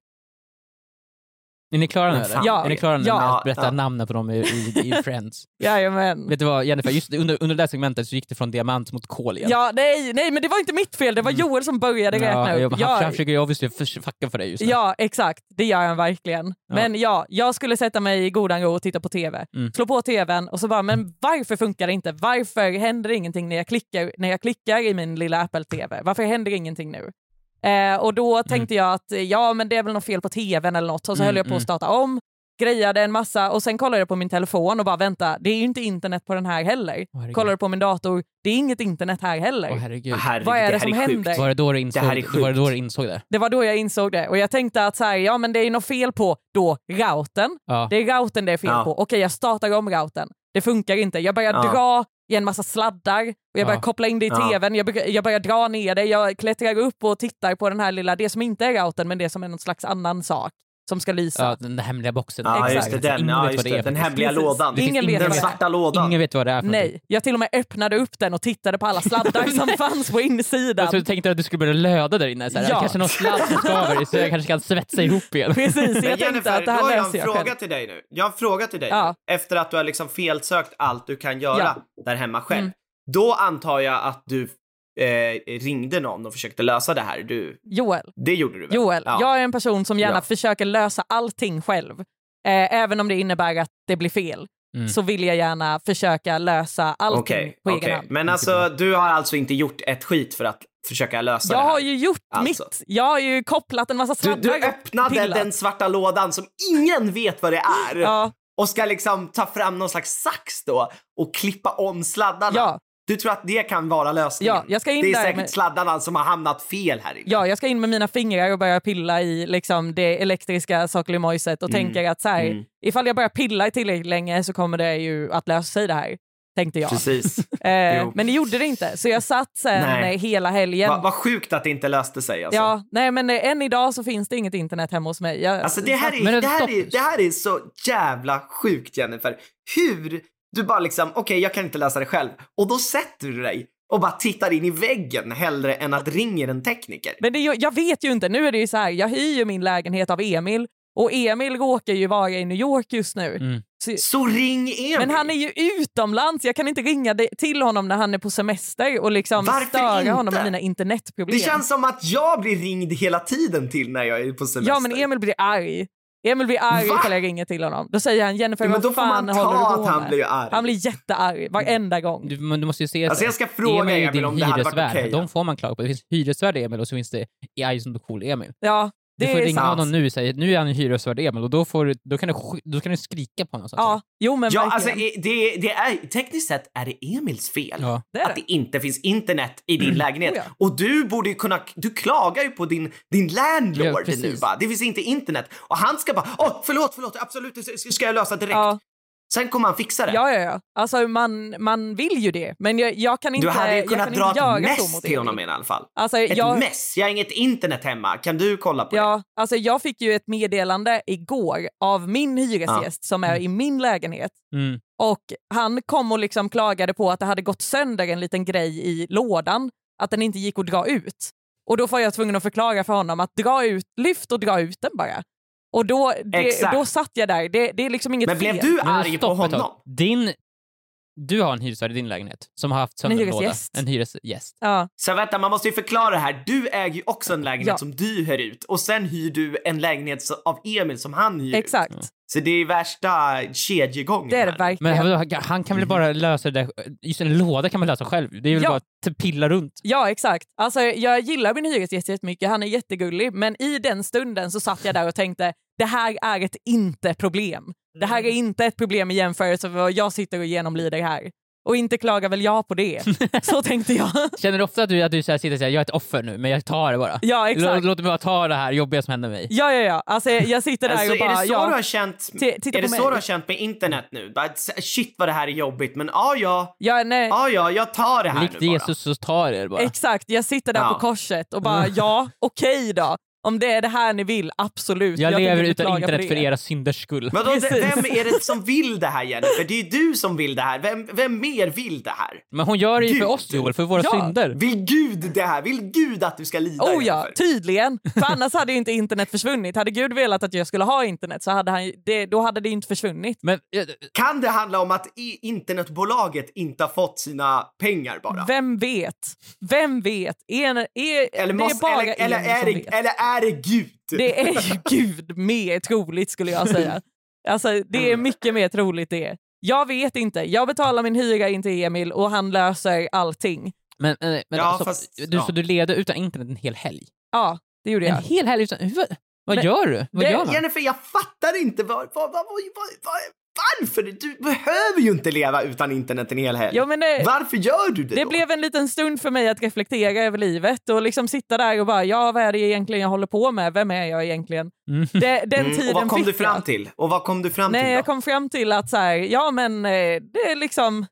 Är ni klara nu
Men fan.
eller?
Ja.
Är ni klara nu
Ja.
med att berätta
Ja.
namnen på dem i, i, i Friends?
Jajamän.
Vet du vad Jennifer, just under, under det här segmentet så gick det från diamant mot kol igen.
Ja, nej, nej, men det var inte mitt fel. Det var Joel som började räkna
ja,
upp.
men han, han
Jag,
försöker ju obviously förs- fucka för dig just nu.
ja, exakt. Det gör han verkligen. Men ja, jag skulle sätta mig i godan ro och titta på TV.
Mm.
Slå på TVn och så bara, men varför funkar det inte? Varför händer ingenting när jag klickar, när jag klickar i min lilla Apple-TV? Varför händer ingenting nu? Eh, och då tänkte jag att eh, ja, men det är väl något fel på TVn eller något. Och så
Mm,
höll jag på att starta om, grejade en massa och sen kollade jag på min telefon och bara vänta, det är ju inte internet på den här heller.
Åh, herregud.
kollade på min dator, det är inget internet här heller.
Åh herregud.
Herregud,
Vad är det
här
som
sjukt.
händer?
Var det då du insåg
här är
det?
sjukt.
Var det, då du insåg det?
Det var då jag insåg det och jag tänkte att så här, ja men det är ju något fel på då routern.
Ja.
Det är routern det är fel
Ja.
på. Okej, jag startar om routern. Det funkar inte. Jag börjar
Ja.
dra i en massa sladdar och jag börjar
Ja.
koppla in det i
Ja.
tvn. Jag, börjar- jag börjar dra ner det. Jag klättrar upp och tittar på den här lilla, det som inte är routern men det som är någon slags annan sak som ska lysa.
Ja, den där hemliga boxen.
Ja,
Exakt.
just det. Den,
Ingen
ja,
vet
just
vad
det,
det är
den
för
hemliga
Precis.
lådan.
Ingen
Ingen
vet
den
vad det är.
svarta lådan.
Ingen vet vad det är för någonting.
Nej, jag till och med öppnade upp den och tittade på alla sladdar som fanns på insidan.
Jag trodde- tänkte att du skulle börja löda där inne. Såhär.
Ja.
Kanske någon sladd som skaver så jag kanske kan svetsa ihop igen.
Precis,
Men
jag tänkte
Jennifer,
att
då
det här
har jag
löser
en
jag
fråga
själv.
till dig nu. Jag har en fråga till dig
Ja.
nu. Efter att du har liksom felsökt allt du kan göra
Ja.
där hemma själv.
Mm.
Då antar jag att du eh, ringde någon och försökte lösa det här. Du,
Joel.
det gjorde du väl?
Joel,
Ja.
jag är en person som gärna
Ja.
försöker lösa allting själv. Eh, även om det innebär att det blir fel
Mm.
så vill jag gärna försöka lösa allting
Okej,
på
okej.
egen hand.
Men alltså du har alltså inte gjort ett skit för att försöka lösa
Jag
det här?
har ju gjort
Alltså.
mitt. Jag har ju kopplat en massa
Du,
sladdar.
du
och
öppnade
pillat.
den svarta lådan som ingen vet vad det är
Ja,
och ska liksom ta fram någon slags sax då och klippa om sladdarna.
ja,
Du tror att det kan vara lösningen?
Ja, jag ska in
det är
där
säkert
med-
sladdarna som har hamnat fel här inne.
ja, jag ska in med mina fingrar och börja pilla i liksom, det elektriska sakelimojset och
Mm.
tänker att så här,
Mm.
ifall jag börjar pilla i tillräckligt länge så kommer det ju att lösa sig det här. Tänkte jag.
Precis.
Eh,
Jo.
men det gjorde det inte. Så jag satt sen
Nej.
eh, hela helgen
Vad vad sjukt att det inte löste sig alltså.
Ja, nej men eh, än idag så finns det inget internet hemma hos mig. Jag,
Alltså det här,
Men
är,
det-
det, här är,
stopp.
det här är så jävla sjukt Jennifer. Hur du bara liksom, okej jag kan inte lösa det själv. Och då sätter du dig och bara tittar in i väggen hellre än att ringer en tekniker.
Men det, är ju- jag vet ju inte, nu är det ju så här, jag hyr ju min lägenhet av Emil och Emil råkar ju vara i New York just nu.
Mm.
Så,
Så ring Emil!
men han är ju utomlands, jag kan inte ringa dig- till honom när han är på semester och liksom
Varför
störa
inte?
honom med mina internetproblem.
Det känns som att jag blir ringd hela tiden till när jag är på semester.
ja men Emil blir arg. Emil blir arg
Va?
ifall jag ringer till honom. Då säger han Jennifer
Ja, men då
vad
får
fan
man ta
håller du
att
på
han
med?
blir arg.
Han blir jättearg varenda gång.
Du, men du måste ju se
Alltså,
så.
jag ska fråga
är ju
Emil
din
om det hade varit
hyresvärd.
okej.
De får man klaga på. Det finns hyresvärd Emil och så finns det i Ison och cool Emil.
Ja,
Du
det
får
är
ringa
sant.
honom nu och säga nu är han ju hyresvärd Emil och då, får, du- då, kan du, sk- då kan du skrika på honom. Så att
Ja, jo men
Ja, alltså,
verkligen.
i- det, det är, tekniskt sett är det Emils fel
Ja.
Det är
att det inte finns internet i din lägenhet.
Oh,
Och du borde ju kunna, du klagar ju på din, din
Ja,
landlord
precis.
nu va? Det finns inte internet. Och han ska bara, åh förlåt, förlåt, absolut, det ska- ska jag lösa direkt.
ja.
Sen kommer han fixa det.
Ja, ja, ja. Alltså, man, man vill ju det, men jag, jag kan inte
du hade ju
jag
kunnat
kan
dra
inte
ett
jaga så
mess
mot
till
Emil.
honom i alla fall.
Alltså,
Ett
jag,
mess, jag har inget internet hemma, kan du kolla på det?
ja, alltså, jag fick ju ett meddelande igår av min hyresgäst som är i min lägenhet.
Mm.
Och Han kom och liksom klagade på att det hade gått sönder en liten grej i lådan, att den inte gick att dra ut. Och Då var jag tvungen att förklara för honom att dra ut, lyft och dra ut den bara. Och Då, det,
Exakt.
då satt jag där. Det, det är liksom inget
Men
fel.
blev du
Men
arg på
stopp ett tag.
honom?
Din, du har en hyresvärd i din lägenhet som har haft
En
sönder en låda.
hyresgäst.
En hyresgäst.
Ja.
Så vänta, man måste ju förklara det här. Du äger ju också en lägenhet
Ja.
som du hyr ut och sen hyr du en lägenhet så- av Emil som han hyr ut.
Exakt,
Så det är värsta kedjegången.
det är det
här.
verkligen.
Men han, han kan väl
Mm.
bara lösa det där, just en låda kan man lösa själv. Det är väl
Ja.
bara att pilla runt.
Ja, exakt. Alltså, jag gillar min hyresgäst jättemycket, han är jättegullig, men i den stunden så satt jag där och tänkte det här är ett inte-problem. Det här är
Mm.
inte ett problem i jämförelse med vad jag sitter och genomlider här. Och inte klagar väl jag på det. Så tänkte jag.
Känner du ofta att du, att du så här sitter och säger jag är ett offer nu men jag tar det bara?
Ja,
Lå-
exakt.
Låt mig bara ta det här jobbiga som händer mig.
Ja, ja, ja. Alltså, jag sitter där
Alltså,
och
är
bara...
det så du
Ja,
har känt?
Ti- titta
är det
på
så
mig.
du har känt med internet nu? Bara, s- Shit vad det här är jobbigt, men ja, ja,
ja, nej,
ja, ja, jag tar det här
Likt
nu bara.
Jesus så tar det bara.
exakt. Jag sitter där
Ja. Mm.
på korset och bara ja, okej då. Om det är det här ni vill, absolut.
Jag,
tänker
lever
inte
utan
klaga på
internet för
det.
era synders skull.
Vadå,
Precis.
vem är det som vill det här Jennifer? Det är ju du som vill det här. Vem, vem mer vill det här?
Men hon gör det ju
Gud.
för oss Joel, för våra
Ja.
synder.
Vill Gud det här? Vill Gud att du ska lida
Oh ja,
Jennifer?
tydligen. För annars hade ju inte internet försvunnit. Hade Gud velat att jag skulle ha internet så hade han, ju- det, då hade det ju inte försvunnit.
Men eh,
Kan det handla om att i- internetbolaget inte har fått sina pengar bara?
Vem vet? Vem vet? Är, är,
Eller,
det är
måste,
bara
eller,
en
eller, är
som
det,
vet.
eller är det Gud?
Det är ju gud mer troligt skulle jag säga. Alltså, det är
Mm.
mycket mer troligt det. Jag vet inte. Jag betalar min hyra in till Emil och han löser allting.
Men, men, men
Ja,
alltså,
fast-
du,
ja.
Så du leder utan internet en hel helg?
Ja, det gjorde
Mm.
jag.
En hel helg utan... Vad, vad
Men-
gör du? Vad
det-
gör man?
Jennifer, jag fattar inte. Vad, vad, vad, vad, vad, varför? Du behöver ju inte leva utan internet en hel helg.
Jo, men eh, det,
Varför gör du det,
det
då?
blev en liten stund för mig att reflektera över livet och liksom sitta där och bara, ja vad är det egentligen jag håller på med? Vem är jag egentligen?
Mm.
Det, den
Mm,
tiden
och vad kom
fick
du fram
jag.
till? Och vad kom du fram
Nej,
till då?
jag kom fram till att så här, ja men eh, det är liksom,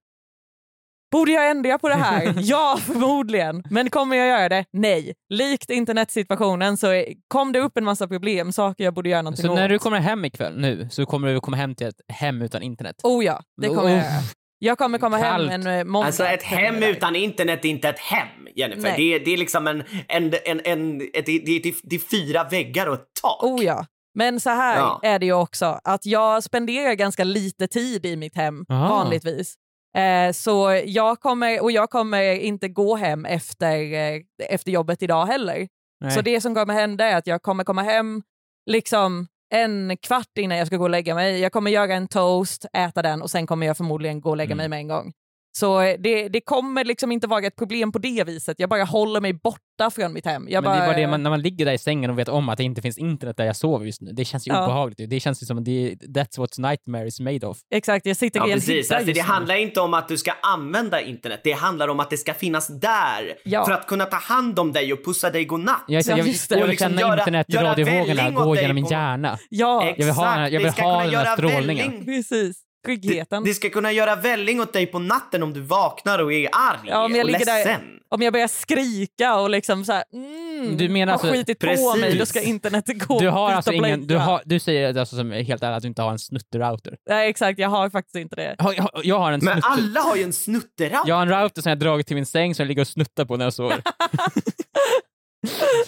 borde jag ändra på det här? ja, förmodligen. Men kommer jag göra det? Nej. Likt internetsituationen så eh, kom det upp en massa problem, saker jag borde göra någonting
Så
åt.
när du kommer hem ikväll nu så kommer du komma hem till ett hem utan internet?
Oh ja, det kommer jag göra.
Uff.
Jag kommer komma
Kallt.
hem en eh, måndag.
Alltså ett hem utan internet är inte ett hem, Jennifer.
Nej.
Det är, det är liksom en, en, en, en ett, det, det, det, det är fyra väggar och ett tak.
Oh ja. Men så här
Ja.
är det ju också, att jag spenderar ganska lite tid i mitt hem
Aha.
vanligtvis. Eh, så jag kommer, och jag kommer inte gå hem efter, eh, efter jobbet idag heller.
Nej.
Så det som kommer hända är att jag kommer komma hem liksom en kvart innan jag ska gå och lägga mig. Jag kommer göra en toast, äta den och sen kommer jag förmodligen gå och lägga
Mm.
mig med en gång. Så eh, det, det kommer liksom inte vara ett problem på det viset. Jag bara håller mig borta från mitt hem. Jag
men det är bara det, man, när man ligger där i sängen och vet om att det inte finns internet där jag sover just nu, det känns ju
Ja.
obehagligt. ju. Det känns ju som att det, that's what nightmare is made of.
Exakt, jag sitter
Ja,
i en
precis.
hydda
Alltså, det
just nu.
handlar inte om att du ska använda internet. Det handlar om att det ska finnas där
Ja.
för att kunna ta hand om dig och pussa dig godnatt.
Jag,
Ja,
jag, vill-
just det.
jag
Och
vill
liksom
känna
göra-
internet,
göra
radiovågorna
välling åt
gå
dig
genom min
på-
hjärna.
Ja,
Exakt.
vill ha- jag
det
vill
ska
ha
kunna
den där
göra
strålningen.
välling.
precis. Tryggheten.
Det ska kunna göra välling åt dig på natten om du vaknar och är arg
Ja, men jag
och
ligger där-
ledsen.
Om jag börjar skrika och liksom så här, mm,
Du menar
har
alltså-
skitit på
Precis.
mig, då ska internet gå.
Du har
byta
alltså
blöja.
ingen, du, har, du säger alltså som är helt ärligt att du inte har en snutterrouter.
Nej, exakt, jag har faktiskt inte det.
Jag har, jag har en
Men ah!
snutter.
alla har ju en snutterauta.
Jag har en router som jag dragit till min säng som jag ligger och snuttar på när jag sover.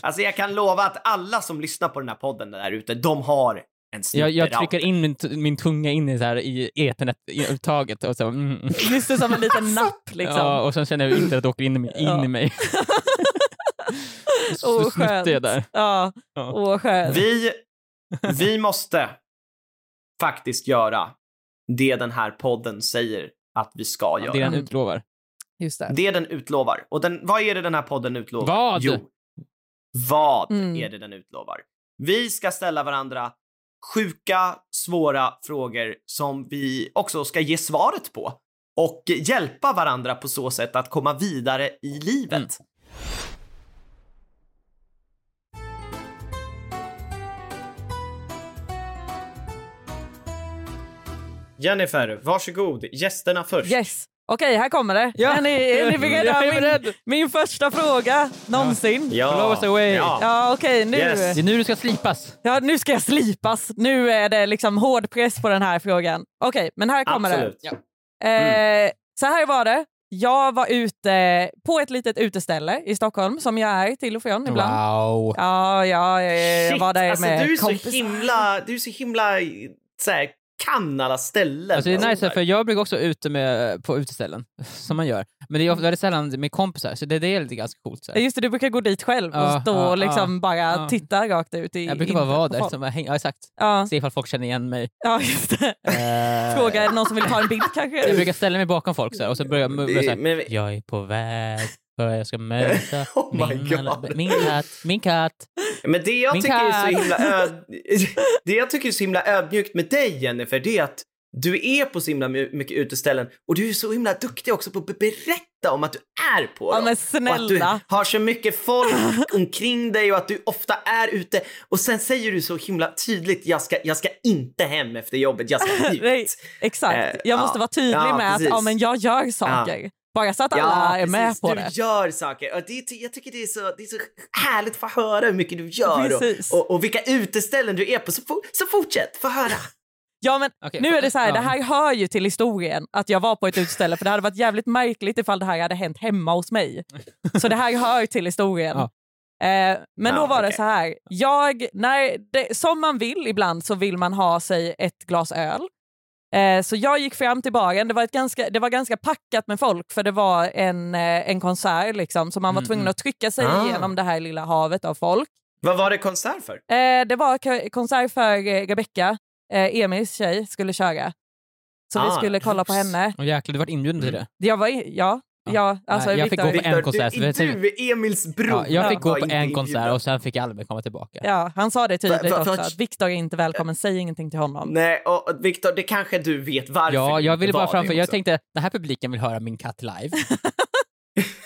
Alltså jag kan lova att alla som lyssnar på den här podden där ute, de har en
Jag,
snutterauta.
jag trycker in min, t- min tunga in i, så här, i ethernet-uttaget och så mm, mm.
Just det, som en liten napp liksom.
ja, och sen känner jag hur internet åker in i mig. In
Ja.
i mig. så
Åh,
snuttar jag där.
Ja,
Ja.
åh skönt.
Vi, vi måste faktiskt göra det den här podden säger att vi ska göra.
Det den utlovar.
Just det.
Det den utlovar. Och den, vad är det den här podden utlovar?
Vad?
Jo, vad
Mm.
är det den utlovar? Vi ska ställa varandra sjuka, svåra frågor som vi också ska ge svaret på och hjälpa varandra på så sätt att komma vidare i livet.
Mm.
Jennifer, varsågod. Gästerna först.
Yes. Okej, här kommer det. Är ni, är ni beredda?
Jag är
min,
beredd.
min första fråga någonsin. Ja,
Ja.
Blow us away.
okej, nu.
Yes.
Det är nu du ska slipas.
Ja, nu ska jag slipas. Nu är det liksom hård press på den här frågan. Okej, men här kommer det.
Absolut.
Mm.
Eh, så här var det. Jag var ute på ett litet uteställe i Stockholm som jag är till och från ibland.
Wow.
Ja, ja, jag
Shit,
var där
alltså,
Eh, med
du är så
kompisar.
himla, du är så himla så här, kan alla ställen.
Alltså det
och
är nice,
sådär.
för jag brukar också ute med, på uteställen, som man gör. Men det är ofta väldigt sällan med kompisar, så det, det är lite ganska coolt. Så här.
Just det, du brukar gå dit själv och
Ja,
stå
ja,
och liksom bara
ja.
titta rakt ut. I,
Jag brukar
in-
bara vara
på
där,
folk.
liksom, häng, ja, exakt.
Ja,
se ifall folk känner igen mig.
ja, just det.
Eh,
Fråga, är det någon som vill ta en bild kanske?
Jag brukar ställa mig bakom folk så här, och så börjar jag mumla så här,
Men-
Jag är på väg för jag ska möta
Oh my
min,
God.
min katt, min katt.
Men det jag,
Min
tycker är så
katt.
himla öd... det jag tycker är så himla ödmjukt med dig Jennifer, det är att du är på så himla my- mycket uteställen och du är så himla duktig också på att berätta om att du är på
Ja, men
dem. Och att du
snälla.
har så mycket folk omkring dig och att du ofta är ute. Och sen säger du så himla tydligt, jag ska, jag ska inte hem efter jobbet, jag ska
Nej,
ut.
Exakt.
Eh,
Jag
ja.
måste vara tydlig
Ja,
med att
precis.
ja, men jag gör saker. Bara så att alla är med
precis,
på
du
det.
gör saker. Och det, jag tycker det är, så, det är så härligt att få höra hur mycket du gör
Precis.
och, och, och vilka uteställen du är på. Så, for, så fortsätt, få höra.
Ja, men
Okej,
nu är det så här,
ja.
det här hör ju till historien att jag var på ett utställe för det hade varit jävligt märkligt ifall det här hade hänt hemma hos mig. Så det här hör till historien.
Ja.
Eh, men
Ja,
då var det
okej.
så här, jag, när det, som man vill ibland så vill man ha sig ett glas öl. Eh, så jag gick fram till baren, det var, ett ganska, det var ganska packat med folk för det var en, eh, en konsert liksom, så man var
Mm,
tvungen
mm.
att trycka sig
Ah.
igenom det här lilla havet av folk.
Vad var det konsert för?
Eh, det var ko- konsert för eh, Rebecca, eh, Emils tjej, skulle köra. Så vi
Ah,
skulle kolla på
oops.
henne.
Åh jäklar, du vart inbjuden till det.
Jag var i, ja,
Ja.
ja, alltså
Nej, jag fick
Victor,
gå på en
Viktor,
konsert,
Du,
för jag
är
tror-
du Emils bror.
Ja, jag fick gå
Var
på
inte
en
inbjuden.
konsert och sen fick jag aldrig komma tillbaka.
ja, han sa det tydligt
Va- va- va-
också, att Viktor är inte välkommen, säg ingenting till honom.
Nej, och och Viktor, det kanske du vet varför
Ja,
du
jag
inte
ville bara
var
framför,
det
jag
också.
tänkte den här publiken vill höra min katt live.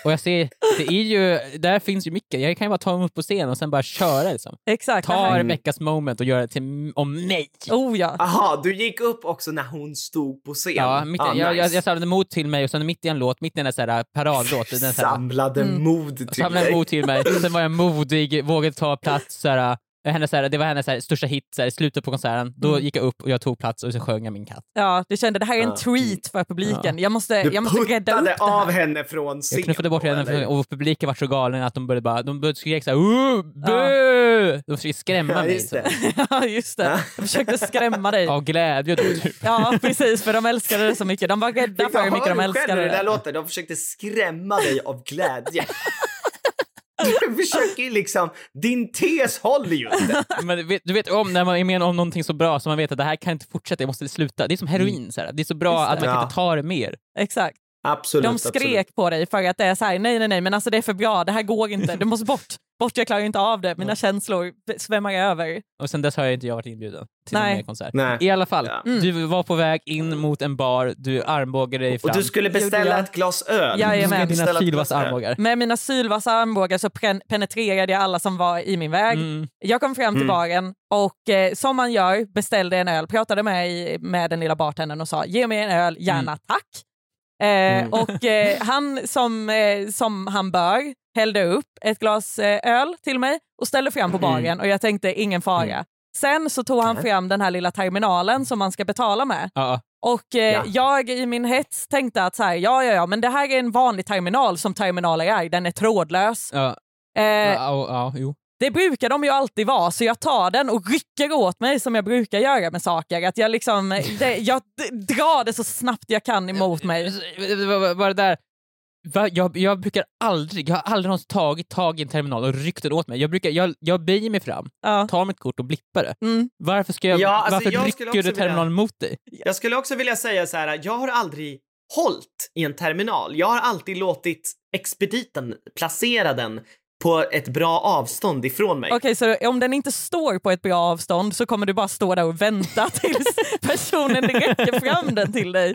och jag ser, det är ju, där finns ju mycket. Jag kan ju bara ta mig upp på scen och sen bara köra liksom.
Exakt. det
Ta
här-
Rebeckas moment och göra det till, om mig.
Oh ja.
Aha, du gick upp också när hon stod på scen.
Ja, mitt,
ah,
jag, jag,
nice.
jag samlade mod till mig och sen mitt i en låt, mitt i en sån här äh, paradlåt, den så här, Mm.
samlade mod till
samlade
dig.
mod till mig, sen var jag modig, vågade ta plats. Så här, hennes, så här, det var hennes så här, största hit så här, i slutet på konserten, då
Mm.
gick jag upp och jag tog plats och så sjöng jag min katt.
ja, du kände det här är en
Ja.
treat för publiken. Jag måste,
Du
jag måste rädda upp
puttade
det
av
här.
henne från scenen.
Jag knuffade bort
då,
henne
eller?
från- och publiken var så galen att de började bara, de började skrika såhär "Uh, bu! De försökte skrämma
Ja,
mig
just
liksom.
det.
Ja, just det. Jag försökte skrämma dig.
Av glädje då typ.
Ja, precis, för de älskade det så mycket. De var rädda för hur mycket de älskade
det. där
det.
låter. De försökte skrämma dig av glädje. Du försöker ju liksom, din tes håller ju inte.
Men du vet- du vet om när man är med om någonting så bra så man vet att det här kan inte fortsätta, jag måste sluta. Det är som
Mm.
heroin, så här. det är så bra
Just det.
att man kan inte ta det mer.
Exakt.
Absolut.
De
absolut.
skrek på dig för att det är så här, nej, nej, nej, men alltså det är för bra, det här går inte, du måste bort, bort, jag klarar ju inte av det, mina känslor svämmar över.
Och sen dess har jag inte jag varit inbjuden till någon
Nej. Mm.
mer konsert.
Nej.
I alla fall,
Ja.
du var på väg in mot en bar, du armbågade dig fram.
Och du skulle beställa
jag.
ett glas öl.
Du
Jajamän. Mm.
Du
med
skulle
dina
beställa ett
Silvas
glas öl.
armbågar.
Med mina sylvassa armbågar så pen- penetrerade jag alla som var i min väg.
Mm.
Jag kom fram till
Mm.
baren och eh, som man gör beställde en öl, pratade med, i- med den lilla bartendern och sa ge mig en öl, gärna
Mm.
tack. Eh, Och eh, han som, eh, som han bör hällde upp ett glas eh, öl till mig och ställde fram
Mm.
på baren och jag tänkte ingen fara. Sen så tog han fram den här lilla terminalen som man ska betala med
Ja,
och eh,
Ja.
jag i min hets tänkte att så här, ja, ja, ja, men det här är en vanlig terminal som terminaler är, den är trådlös.
ja,
Eh,
ja, ja, jo.
det brukar de ju alltid vara, så jag tar den och rycker åt mig som jag brukar göra med saker. Att jag, liksom, det, jag d- drar det så snabbt jag kan emot mig.
Vad var det där? Va? Jag, jag brukar aldrig, jag har aldrig någonsin tagit tag i en terminal och ryckt den åt mig. Jag, brukar, jag, jag böjer mig fram,
Ja.
tar mitt kort och blippar det.
Mm.
Varför, ska jag,
Ja, alltså, jag
varför
skulle
rycker du
också vilja-
terminalen mot dig?
Jag skulle också vilja säga så här, jag har aldrig hållit i en terminal. Jag har alltid låtit expediten placera den på ett bra avstånd ifrån mig.
Okej, så om den inte står på ett bra avstånd så kommer du bara stå där och vänta tills personen räcker fram den till dig.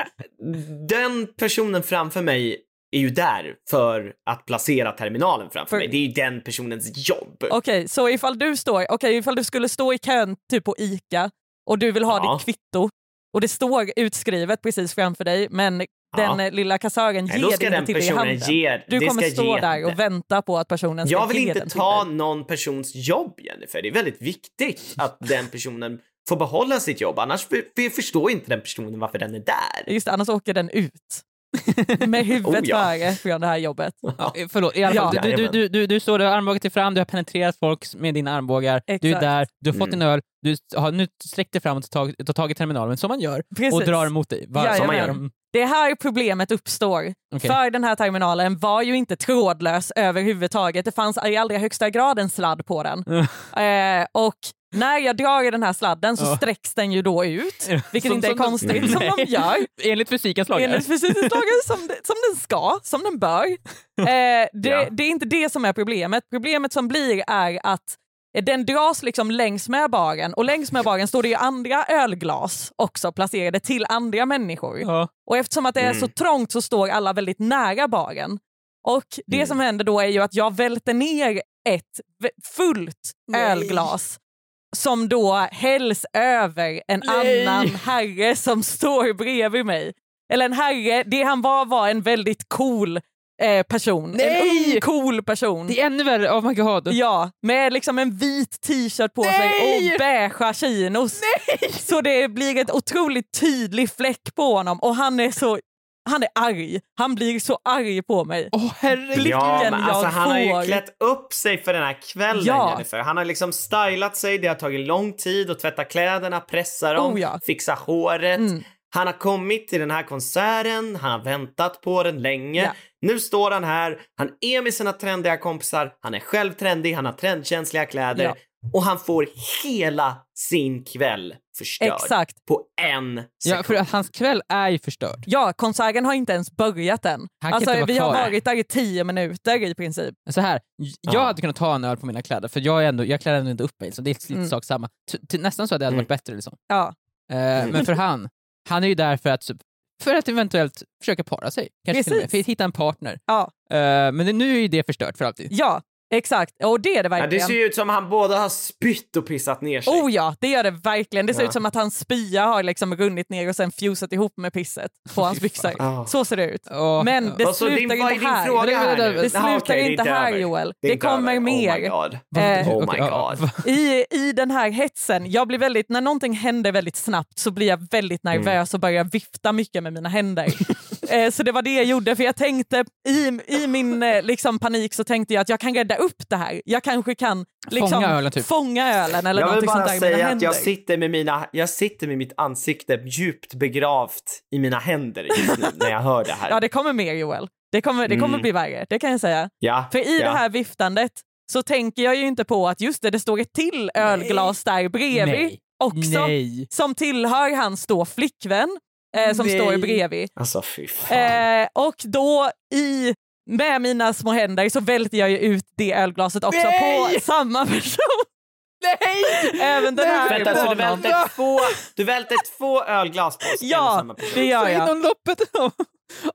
Den personen framför mig är ju där för att placera terminalen framför
För-
mig. Det är ju den personens jobb.
Okej, så ifall du står, okej, ifall du skulle stå i kön typ på ICA och du vill ha
Ja.
ditt kvitto och det står utskrivet precis framför dig men den eh, lilla kassören
Nej,
ger
då
det
ska
inte
den
till dig i
personen
handen.
ge
du
det
kommer
ska
stå
ge
där och
det.
vänta på att personen ska
Jag vill
ge
inte
den
ta
till dig.
någon persons jobb, Jennifer. Det är väldigt viktigt att den personen får behålla sitt jobb. Annars för, för förstår inte den personen varför den är där.
Just det, annars åker den ut. Med huvudet
Oh, ja.
före från det här jobbet.
Ja, Eh, förlåt, i alla fall.
Ja.
Du, du, du, du, du står där, armbågen till fram, du har penetrerat folk med dina armbågar, du är
Exakt.
där, du har fått
Mm.
din öl, du har nu sträckt dig fram och tagit tag, tag i terminalen, som man gör, och
Precis.
drar mot dig. Var,
Jajamän.
Mm,
Det är här problemet uppstår.
Okej.
För den här terminalen var ju inte trådlös överhuvudtaget. Det fanns i allra högsta grad en sladd på den. Eh, och när jag drar i den här sladden så
Ja.
sträcks den ju då ut, vilket
Som-
inte är
som de-
konstigt, som de
Nej.
gör.
Enligt fysikens lagar.
Enligt fysikslagen som, det- som den ska, som den bör. Eh, det,
Ja.
det är inte det som är problemet. Problemet som blir är att eh, den dras liksom längs med baren och längs med baren står det ju andra ölglas också placerade till andra människor.
Ja.
Och eftersom att det är så
Mm.
trångt så står alla väldigt nära baren. Och det
Mm.
som händer då är ju att jag välter ner ett v- fullt ölglas som då hälls över en
Nej.
annan herre som står bredvid mig. eller en herre. Det han var var en väldigt cool eh, person.
Nej!
En cool person.
Det är ännu värre, oh my god.
Ja, med liksom en vit t-shirt på sig
Nej!
och beigea chinos. Så det blir ett otroligt tydlig fläck på honom och han är så han är arg. Han blir så arg på mig.
Åh herregud.
Ja, men
Blicken jag
alltså, han har
får.
ju klätt upp sig för den här kvällen
Ja.
Jennifer. Han har liksom stylat sig, det har tagit lång tid att tvätta kläderna, pressa dem,
Oh, ja.
fixa håret.
Mm.
Han har kommit till den här konserten, han har väntat på den länge.
Ja.
Nu står han här, han är med sina trendiga kompisar, han är själv trendig, han har trendkänsliga kläder
Ja.
och han får hela sin kväll förstörd
Exakt.
på en sekund.
Ja, för att hans kväll är ju förstörd.
Ja, konserten har inte ens börjat än.
kan
Alltså,
inte vara
vi har
kvar.
varit där i tio minuter i princip.
Så här, j- jag
Ja.
hade kunnat ta en öl på mina kläder för jag, är ändå, jag klär ändå inte upp mig, så det är lite
Mm.
sak samma. Ty- ty- nästan så att det hade varit bättre. Liksom.
Ja.
Eh,
Mm.
Men för han, han är ju där för att, för att eventuellt försöka para sig. Kanske till och med,
Precis.
för att hitta en partner.
Ja.
Eh, men det, nu är ju det förstört för alltid.
ja, exakt. Och det är det
Ja, det
verkligen.
ser ju ut som han både har spytt och pissat ner sig.
Oh ja, det gör det verkligen. Det ser
Ja.
ut som att hans spya har liksom runnit ner och sen fusat ihop med pisset på hans
Fy fan.
byxor.
Ja.
Så ser det ut.
Och-
Men
och-
det
Vad
slutar
så, Alltså, din-
inte
vad är din
här.
fråga
här nu?
Det
Jaha,
slutar
okej, är
inte här
över.
Joel.
Det
Det,
är inte
kommer
över. Oh my
mer.
god.
Eh,
Oh my
Okej, ja.
god.
I, I den här hetsen, jag blir väldigt, när någonting händer väldigt snabbt så blir jag väldigt
Mm.
nervös och börjar vifta mycket med mina händer. eh, så det var det jag gjorde, för jag tänkte i, i min eh, liksom, panik så tänkte jag att jag kan rädda upp det här. Jag kanske kan liksom,
Fånga ölen, typ.
fånga ölen eller
Jag vill
någonting
bara
sånt där med mina
säga att
händer.
jag sitter, med mina, jag sitter med mitt ansikte djupt begravt i mina händer just nu när jag hör det här.
Ja, det kommer mer Joel. Det kommer, det kommer
Mm.
bli värre, det kan jag säga.
Ja,
För i
ja.
det här viftandet så tänker jag ju inte på att just det, det står ett till ölglas där bredvid
Nej.
också.
Nej.
Som tillhör hans då flickvän eh, som
Nej.
står bredvid.
Alltså fy fan.
Eh, och då i, med mina små händer så välter jag ju ut det ölglaset också
Nej.
på samma person.
Nej!
Även den här
Vänta, så du
honom.
välte två, du välte två ölglas på oss? eller
Ja,
samma person?
det gör
Så
jag.
inom loppet av,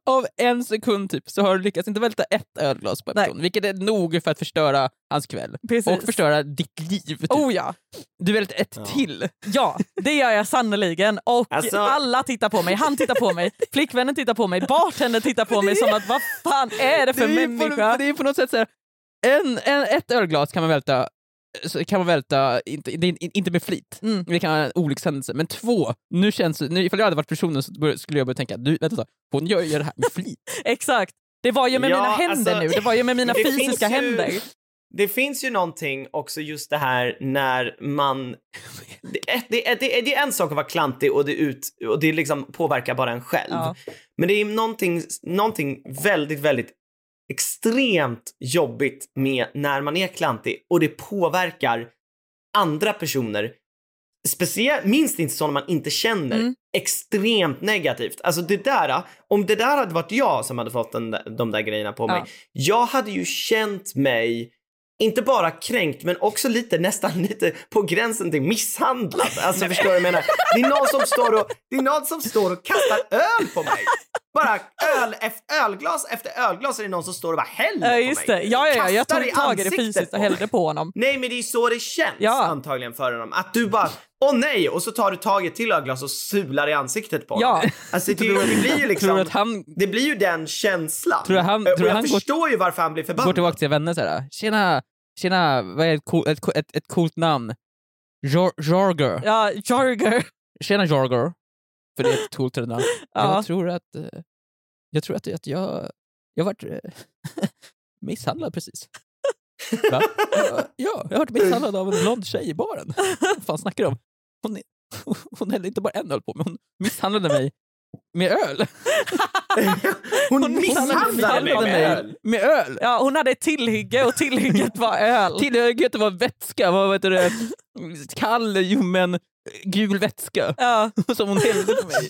av en sekund typ så har du lyckats inte välta ett ölglas på en
Nej.
person, vilket är nog för att förstöra hans kväll.
Precis.
Och förstöra ditt liv. Typ.
Oh ja.
Du välter ett
Ja.
till.
Ja, det gör jag sannoliken. Och
Alltså-
alla tittar på mig. Han tittar på mig, flickvännen tittar på mig, bartendern tittar på mig som att vad fan är det för
det, är ju
människa?
på, det är ju på något sätt så här, en, en, ett ölglas kan man välta, eh, så kan man välta inte, det är in- inte med flit,
Mm.
det kan vara en olyckshändelse, men två, nu känns det- nu, ifall jag hade varit personen så bör- skulle jag börja tänka, du, vänta, så, hon gör ju det här med flit.
Exakt. Det var ju med
Ja,
mina händer
alltså,
nu, det var ju med mina
det
fysiska
finns ju-
händer.
Det finns ju någonting också just det här när man... Det är, det är, det är, det är en sak att vara klantig och det, ut, och det liksom påverkar bara en själv.
Ja.
Men det är någonting, någonting väldigt, väldigt extremt jobbigt med när man är klantig och det påverkar andra personer. Speciellt, minst inte sådana man inte känner.
Mm.
Extremt negativt. Alltså det där, om det där hade varit jag som hade fått den, där- de där grejerna på
Ja.
mig. Jag hade ju känt mig inte bara kränkt men också lite nästan lite på gränsen till misshandlad. Alltså förstår du vad jag menar? Det är någon som står och, det är någon som står och kastar öl på mig. Bara öl efter ölglas efter ölglas är det någon som står och bara häller
Ja,
på
just
mig.
det. Ja, ja, ja. Jag
Kastar
tog tag i det
ansiktet
fysiskt
på
och
mig.
hällde på honom.
Nej men det är ju så det känns
Ja.
antagligen för honom. Att du bara, åh nej! Och så tar du tag i ett till ölglas och sular i ansiktet på honom.
Ja.
Alltså det, det blir ju
Tror du
liksom,
att han
det blir ju den känslan.
Tror du han-
Eh,
tror du
och jag
han går-
förstår ju varför han blir förbannad.
går tillbaka till vänner såhär, tjena, tjena, vad är ett, cool, ett, ett, ett coolt namn? Jor- Jorger.
Ja, Jorger.
Tjena Jorger. För det är ett coolt namn.
Ja.
Jag tror att, eh, jag tror att, att jag, jag vart eh, misshandlad precis. Va? Ja, jag har varit misshandlad av en blond tjej i baren. Vad fan snackar du om? Hon, är- hon hällde inte bara en öl på mig, hon misshandlade mig med öl.
Hon
misshandlade
misshandlade mig med öl.
Med öl!
Ja, hon hade ett tillhygge och tillhygget var öl.
Tillhörighet var vätska, vad heter det? Kall, ljummen, gul vätska
Ja.
som hon hällde på mig.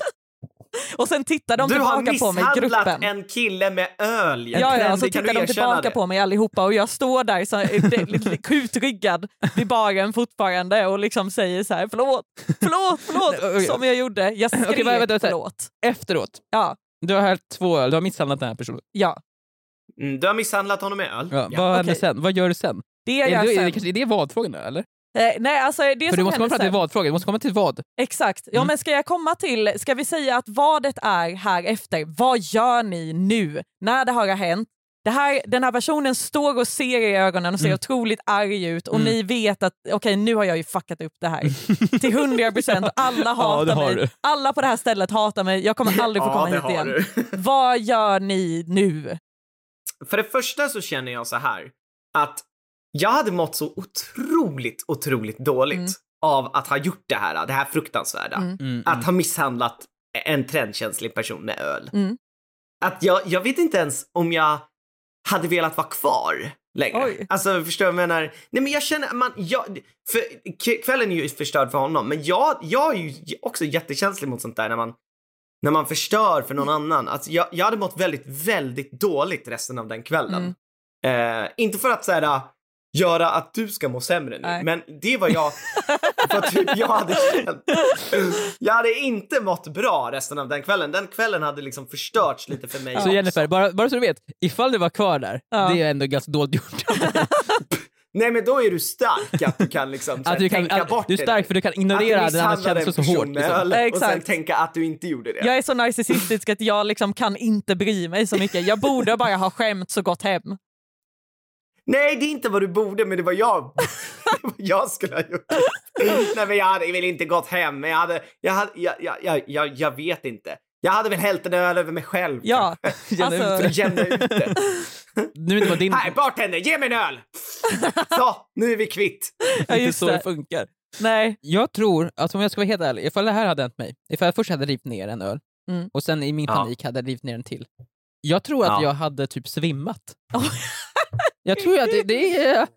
Och sen tittade de
Du har
tillbaka på mig, gruppen.
misshandlat en kille med öl. Jenny.
Ja, ja,
Trendy,
så
kan
tittar
du
de
erkänna
tillbaka
det?
på mig allihopa och jag står där så, det- lite kutryggad vid baren fortfarande och liksom säger så här förlåt, förlåt,
Nej, okej.
förlåt som jag gjorde. Jag skrek
Okej, vänta, vänta.
förlåt.
Efteråt,
Ja,
du har hällt två öl, du har misshandlat den här personen.
ja.
Mm, du har misshandlat honom med öl.
Ja,
Ja.
vad händer
okej.
sen? Vad gör du sen?
Det
Är
jag
det, är det,
sen.
kanske, är det vadfrågan då, eller?
Eh, nej, alltså det
För du
som
måste komma
händer
fram till
sen-
vad-frågan. Du måste komma till vad.
Exakt. Ja, men ska jag komma till, ska vi säga att vad det är här efter, vad gör ni nu när det här har hänt? Det här, den här personen står och ser er i ögonen och ser otroligt arg ut och ni vet att okej nu har jag ju fuckat upp det här till 100 procent. Alla hatar
det har
mig.
du.
Alla på det här stället hatar mig. Jag kommer aldrig få komma hit igen.
du.
Vad gör ni nu?
För det första så känner jag så här att jag hade mått så otroligt, otroligt dåligt
Mm.
av att ha gjort det här, det här fruktansvärda.
Mm.
Mm,
Att ha misshandlat en trendkänslig person med öl.
Mm.
Att jag, jag vet inte ens om jag hade velat vara kvar längre.
Oj.
Alltså förstår du vad jag menar? Nej men jag känner, man, jag, för, k- kvällen är ju förstörd för honom men jag, jag är ju också jättekänslig mot sånt där när man när man förstör för någon annan. Alltså jag, jag hade mått väldigt, väldigt dåligt resten av den kvällen. Eh, inte för att så här, göra att du ska må sämre nu,
Nej.
men det var jag, vad typ jag hade känt. Jag hade inte mått bra resten av den kvällen. Den kvällen hade liksom förstörts lite för mig.
Så Jennifer, bara, bara så du vet, ifall du var kvar där,
Ja. Alltså,
det är ändå ganska dåligt gjort.
Nej men då är du stark att du kan liksom så här,
Att du, kan,
tänka bort
att, du är
det
stark
där.
för du kan
Att du
ignorera den andra
misshandlade
känslor så
en person med
hårt. Liksom.
öl Och sen
Exakt.
tänka att du inte gjorde det.
Jag är så narcissistisk att jag liksom kan inte bry mig så mycket. Jag borde bara ha skämt så gått hem.
Nej, det är inte vad du borde, men det var jag. det var jag skulle ha gjort. Nej, men jag hade väl inte gått hem. Men jag hade, jag hade, jag, jag, jag, jag, jag vet inte. Jag hade väl hällt en öl över mig själv.
Ja,
För
alltså,
att jämna ut det.
Nu är det bara din...
Här, bartender, ge mig en öl! Så, nu är vi kvitt.
ja
inte
just
så det
det.
funkar.
Nej.
Jag tror att om jag ska vara helt ärlig, ifall det här hade hänt mig, ifall jag först hade rivit ner en öl
Mm.
och sen i min
Ja.
panik hade jag rivit ner en till. Jag tror att
Ja.
jag hade typ svimmat.
Oj.
jag tror att det, det är...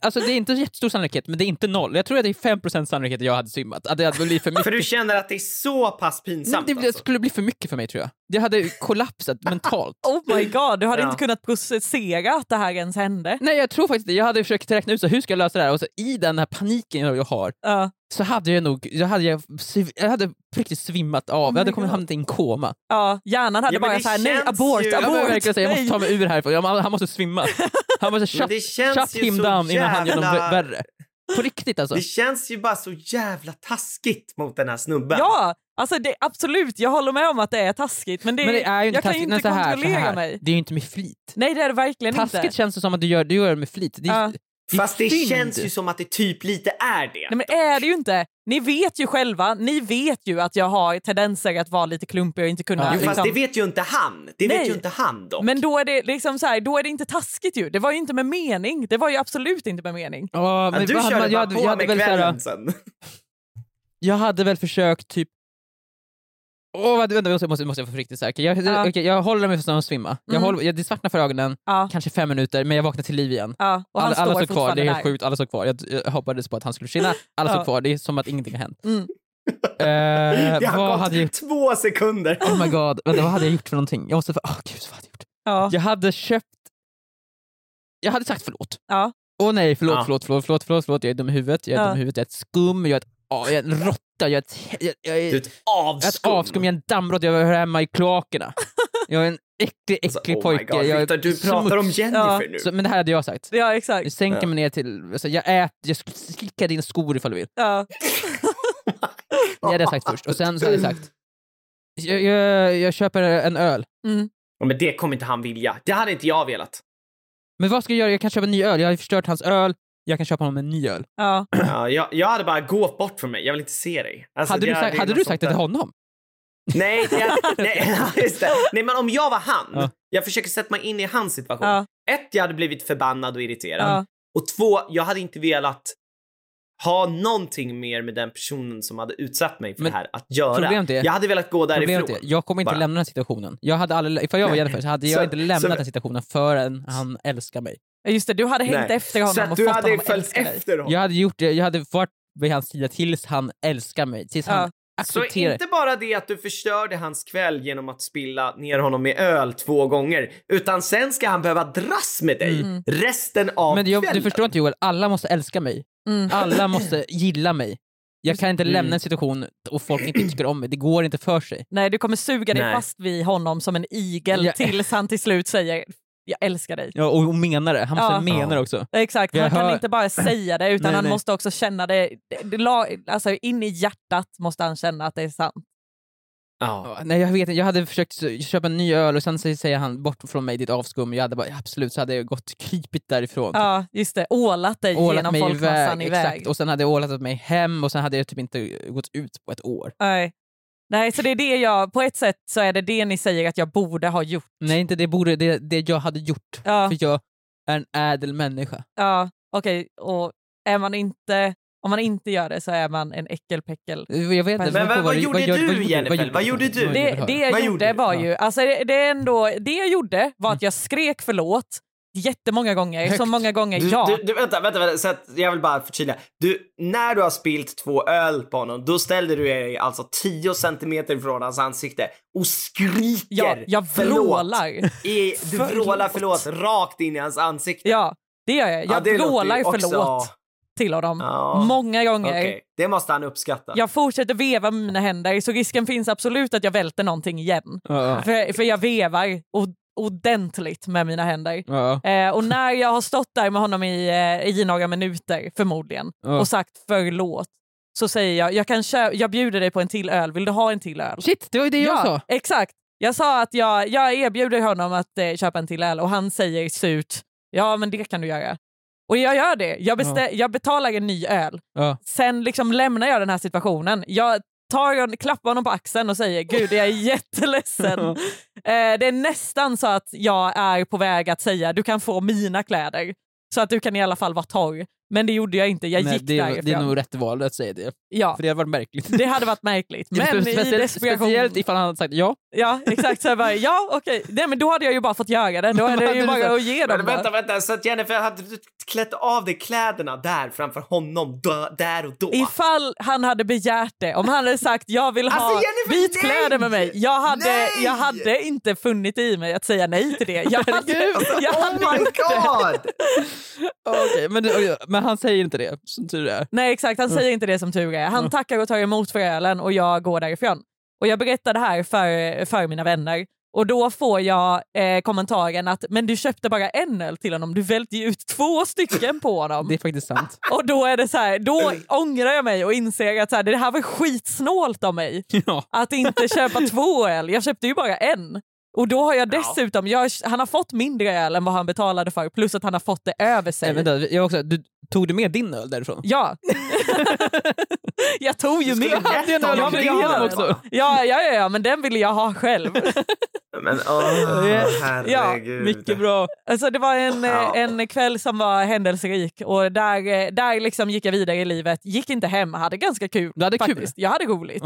Alltså det är inte jättestor sannolikhet, men det är inte noll. Jag tror att det är 5% sannolikhet att jag hade svimmat. Att det hade blivit för mycket.
För du känner att det är så pass pinsamt
Nej, det
alltså.
skulle bli för mycket för mig tror jag. Jag hade kollapsat mentalt.
Oh my god, du hade
Ja.
inte kunnat processera att det här ens hände.
Nej, jag tror faktiskt det. Jag hade försökt räkna ut så, hur ska jag lösa det här och så, i den här paniken jag har
Ja.
så hade jag nog jag hade, jag, sv- jag hade på riktigt svimmat av.
Oh
jag hade kommit hamnat i en koma.
ja, hjärnan hade
Ja, men
bara
det
så här, nej
känns
abort,
ju- Ja,
Jag,
men
var
abort,
verkligen, så här, jag
nej.
måste ta mig ur härifrån. Jag, han måste svimma. Han måste
Men
shut,
det känns
shut
ju
him
så
down innan han gör
jävla-
något värre. På riktigt alltså.
Det känns ju bara så jävla taskigt mot den här snubben.
Ja, alltså det, absolut, jag håller med om att det är taskigt men det,
Men det är ju inte
jag kan ju
taskigt.
inte
Nej, så här, så
kontrollera
här.
mig.
Det är ju inte med flit.
Nej det är det verkligen
Taskigt
inte.
känns det som att du gör, du gör det med flit. Det, är-
Ja.
det är
Fast det
synd.
känns ju som att det typ lite är
Nej,
det.
men är det ju inte. Ni vet ju själva, ni vet ju att jag har tendenser att vara lite klumpig och inte kunna...
Ja,
jo, fast
liksom.
det vet ju inte han. Det
Nej.
vet ju inte han dock.
men då är, det liksom så här, då är det inte taskigt ju. Det var ju inte med mening. Det var ju absolut inte med mening.
Ja, men
Ja, du
vad hade
körde
man- jag
bara
hade-
på
jag hade
med
väl så här,
kvällen sen.
jag hade väl försökt typ... Åh, vänta, vänta, jag måste, måste jag vara riktigt säker. Jag,
Ja.
jag, okej, jag håller mig från att svimma. Jag
Mm.
håller, jag, det svartnar för ögonen,
Ja,
kanske fem minuter, men jag vaknar till liv igen.
ja. Och han
Alla,
står
alla står kvar, det
fortfarande
är
där.
helt sjukt, alla står kvar. Jag, jag hoppades på att han skulle försvinna, alla
Ja.
står kvar, det är som att ingenting har hänt.
Mm.
Eh,
Det har
vad
gått
hade jag gjort?
två sekunder.
Oh my god, vänta, vad hade jag gjort för någonting? Jag måste... Åh gud, vad hade jag gjort?
Ja.
Jag hade köpt... Jag hade sagt förlåt.
Ja.
Åh nej, förlåt,
Ja.
förlåt, förlåt, förlåt, förlåt, förlåt, jag är dum i huvudet, jag är
Ja.
dum i huvudet, jag är ett skum, jag är, ett, ja, jag är en råtta, jag är ett... Jag, jag är,
Du är ett
Ett
avskum.
avskum, jag är en dammråtta, jag hör hemma i kloakerna. Jag är en äcklig,
Alltså,
äcklig
oh my
pojke.
God,
jag är
Victor, du pratar om
smuts.
Jennifer
Ja.
nu.
Så, men det här hade jag sagt.
ja,
Nu
exakt.
sänker
Ja.
mig ner till, alltså, jag äter, jag sk- slickar dina skor ifall du vill.
Ja.
Det hade jag sagt först. Och sen så hade jag sagt, jag, jag, jag köper en öl.
Mm.
Ja, men det kommer inte han vilja. Det hade inte jag velat.
Men vad ska jag göra? Jag kan köpa en ny öl. Jag har ju förstört hans öl. Jag kan köpa honom en ny öl.
Ja.
Ja, jag, jag hade bara gått bort från mig. Jag vill inte se dig. Alltså,
hade
det-
du sagt,
det är
hade
något
du
sånt
sagt det
där.
till honom?
Nej, jag, nej, just det. nej, men om jag var han.
Ja.
Jag försöker sätta mig in i hans situation.
Ja.
Ett, jag hade blivit förbannad och irriterad.
Ja.
Och två, jag hade inte velat ha någonting mer med den personen som hade utsatt mig för
Men
det här att göra.
problemet är-
jag hade velat gå därifrån.
Problemet är, jag kommer inte
Bara.
lämna den situationen. Jag hade aldrig, ifall jag var Jennifer så hade jag
Så-
inte lämnat
så-
den situationen förrän han älskar mig.
Just det, du hade hängt
Nej.
efter honom
Så att
och
du
fått
hade
honom att
följt
älska dig.
efter honom.
Jag hade gjort det, jag hade varit vid hans sida tills han älskar mig, tills
Ja.
han
Så
accepterar.
inte bara det att du förstörde hans kväll genom att spilla ner honom med öl två gånger, utan sen ska han behöva dras med dig
Mm.
resten av
Men jag,
kvällen.
du förstår inte Joel, alla måste älska mig.
Mm.
Alla måste gilla mig. Jag kan inte
Mm.
lämna en situation och folk inte tycker om mig, det går inte för sig.
Nej, du kommer suga dig
Nej.
fast vid honom som en igel
Ja.
tills han till slut säger jag älskar dig.
Ja, och och menar det. Han måste
Ja.
mena det
Ja.
också.
Exakt,
Jag
han kan
hör-
inte bara säga det utan
Nej,
han
nej.
måste också känna det, det, det la- alltså in i hjärtat måste han känna att det är sant.
Ja.
Ja, Nej, jag vet inte. Jag hade försökt s- köpa en ny öl och sen så säger han bort från mig ditt avskum. Jag hade bara, ja, absolut, så hade jag gått krypigt därifrån.
Ja, just det. Ålat dig
Ålat
genom
mig
folkmassan iväg.
Exakt. Och sen hade jag ålat mig hem och sen hade jag typ inte gått ut på ett år.
Nej. Nej, så det är det jag, på ett sätt så är det det ni säger att jag borde ha gjort.
Nej, inte det borde, det, det jag hade gjort.
Ja.
För jag är en ädel människa.
Ja, okej. Och är man inte, om man inte gör det så är man en äckelpäckel.
Jag vet
Men
inte.
vad-
Marco,
vad gjorde
gör-
du, Jennifer? Vad gjorde du?
Vad
Det,
gjorde
det jag
Vad
gjorde
gjorde du?
var
Ja.
ju, alltså det, det, är ändå, det jag gjorde var att jag skrek förlåt jättemånga gånger. Så
Högt.
många gånger
Du,
ja.
du, du, vänta, vänta, vänta. Så att jag vill bara förtydliga. Du, när du har spilt två öl på honom, då ställer du dig alltså 10 centimeter ifrån hans ansikte och skriker
ja jag
förlåt
vrålar.
I, du
Förlåt.
vrålar förlåt rakt in i hans ansikte.
Ja, det gör jag.
Ja,
Jag
det låter ju
vrålar
också-
förlåt till honom.
Ja.
Många gånger.
Okej, det måste han uppskatta.
Jag fortsätter veva med mina händer så risken finns absolut att jag välter någonting igen.
Ja,
För, för jag vevar o- ordentligt med mina händer.
ja,
Eh, och när jag har stått där med honom i, eh, i några minuter, förmodligen,
ja.
och sagt förlåt, så säger jag, jag, kan kö- jag bjuder dig på en till öl, vill du ha en till öl?
Shit, det var ju det jag sa.
exakt. Jag sa att jag, jag erbjuder honom att eh, köpa en till öl och han säger surt, ja men det kan du göra. Och jag gör det, jag, bestä- jag betalar en ny öl.
Ja.
Sen liksom lämnar jag den här situationen. Jag tar hon, klappar honom på axeln och säger gud jag är jätteledsen. eh, det är nästan så att jag är på väg att säga du kan få mina kläder så att du kan i alla fall vara torr. Men det gjorde jag inte, jag
Nej,
gick
det, är-
därifrån.
det är nog rätt val att säga det,
ja.
för det hade varit märkligt.
Det hade varit märkligt. Men i
speciellt,
desperation.
speciellt ifall han hade sagt ja.
Ja, exakt. Så jag bara, ja, okej. Nej, men då hade jag ju bara fått göra det. Då är det ju bara att ge dem.
Men
bara.
vänta, vänta. Så att Jennifer, hade du klätt av dig kläderna där framför honom, dö- där och då?
Ifall han hade begärt det, om han hade sagt jag vill ha
Alltså, Jennifer,
vit
nej!
kläder med mig. Jag hade,
Nej!
jag hade inte funnit i mig att säga nej till det. Jag hade, jag
oh
hade
my
gjort det.
god!
Okej, men, det- men han säger inte det, som tur är.
Nej exakt, han säger inte det som tur är. Han tackar och tar emot för ölen och jag går därifrån. Och jag berättar det här för, för mina vänner och då får jag eh, kommentaren att men du köpte bara en öl till honom, du välte ju ut två stycken på honom.
Det är faktiskt sant.
Och då är det så här, då ångrar jag mig och inser att så här, det här var skitsnålt av mig.
Ja.
Att inte köpa två öl, jag köpte ju bara en. Och då har jag
Ja.
dessutom, jag, han har fått mindre öl än vad han betalade för plus att han har fått det över sig.
Nej, vänta, jag också, du, tog du med din öl därifrån?
Ja. jag tog ju
Du skulle
med
gett
den.
honom
Jag ville ha
den
den.
också.
Ja, ja, ja, ja, men den ville jag ha själv.
Men åh, herregud.
Mycket bra.
Alltså, det var en, eh,
Ja.
en kväll som var händelserik och där, eh, där liksom gick jag vidare i livet. Gick inte hem, hade ganska kul.
Du hade kul.
faktiskt. Jag hade roligt.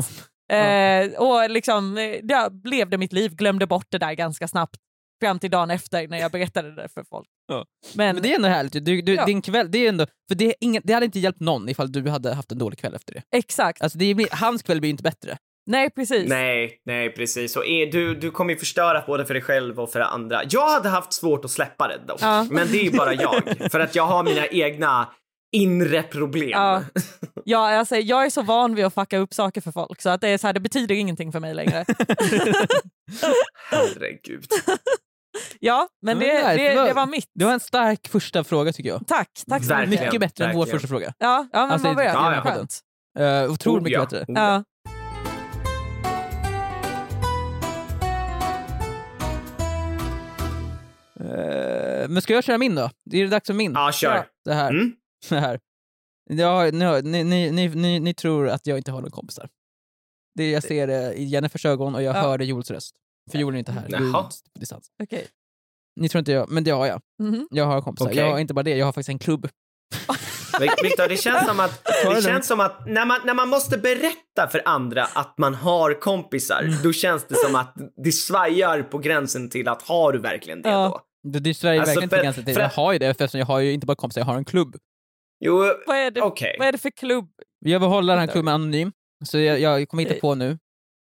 Eh, och liksom, eh, jag levde mitt liv, glömde bort det där ganska snabbt. Fram till dagen efter när jag berättade det för folk.
Ja.
Men,
Men det är ändå härligt. ju. Du, du,
Ja.
Din kväll, det, är ändå, för det, är ingen, det hade inte hjälpt någon ifall du hade haft en dålig kväll efter det.
exakt.
Alltså, det blir, hans kväll blir ju inte bättre.
Nej, precis.
Nej, nej precis. Och är, du, du kommer ju förstöra både för dig själv och för andra. Jag hade haft svårt att släppa det dock.
Ja.
Men det är ju bara jag. För att jag har mina egna inre problem.
Ja. Ja, alltså, jag är så van vid att fucka upp saker för folk så att det, är så här, det betyder ingenting för mig längre.
Herregud.
Ja, men det,
Ja, men
det,
det var-
det var mitt.
Det var en stark första fråga tycker jag.
Tack, tack så
Verkligen.
mycket.
Mycket bättre än vår
verkligen.
första fråga.
Ja, ja men
Alltså,
vad bra.
ja, ja.
Skönt.
Uh, otroligt mycket
Oh, ja.
bättre.
Oh, ja.
Ja.
Eh, men ska jag köra min då? Det är det dags för min.
Ja, kör.
Ja.
Det här.
Mm.
Det här. Ja, ni, ni, ni, ni, ni, ni tror att jag inte har några kompisar. Det, jag ser det i Jennifers ögon och jag
Ja.
hör det i Joels röst. För Joel är inte här. Joel är
Jaha.
på distans.
Okej.
Ni tror inte jag, men det har jag.
Mhm.
Jag har kompisar.
Okej.
Jag har inte bara det, jag har faktiskt en klubb.
Vik- Viktor, det känns som att,
det
det
lugnt.
känns som att när, man, när man måste berätta för andra att man har
Mm.
kompisar, då känns det som att det svajar på gränsen till att har du verkligen det
Ja.
då?
Det, det är Sverige
Alltså,
verkligen
för-
inte ganska till.
för-
Jag har ju det, för eftersom jag har ju inte bara kompisar, jag har en klubb.
Jo,
Vad, är det,
okej.
vad är det för klubb?
Jag vill hålla den här klubben anonym, så jag, jag kommer
Eh.
hitta på nu.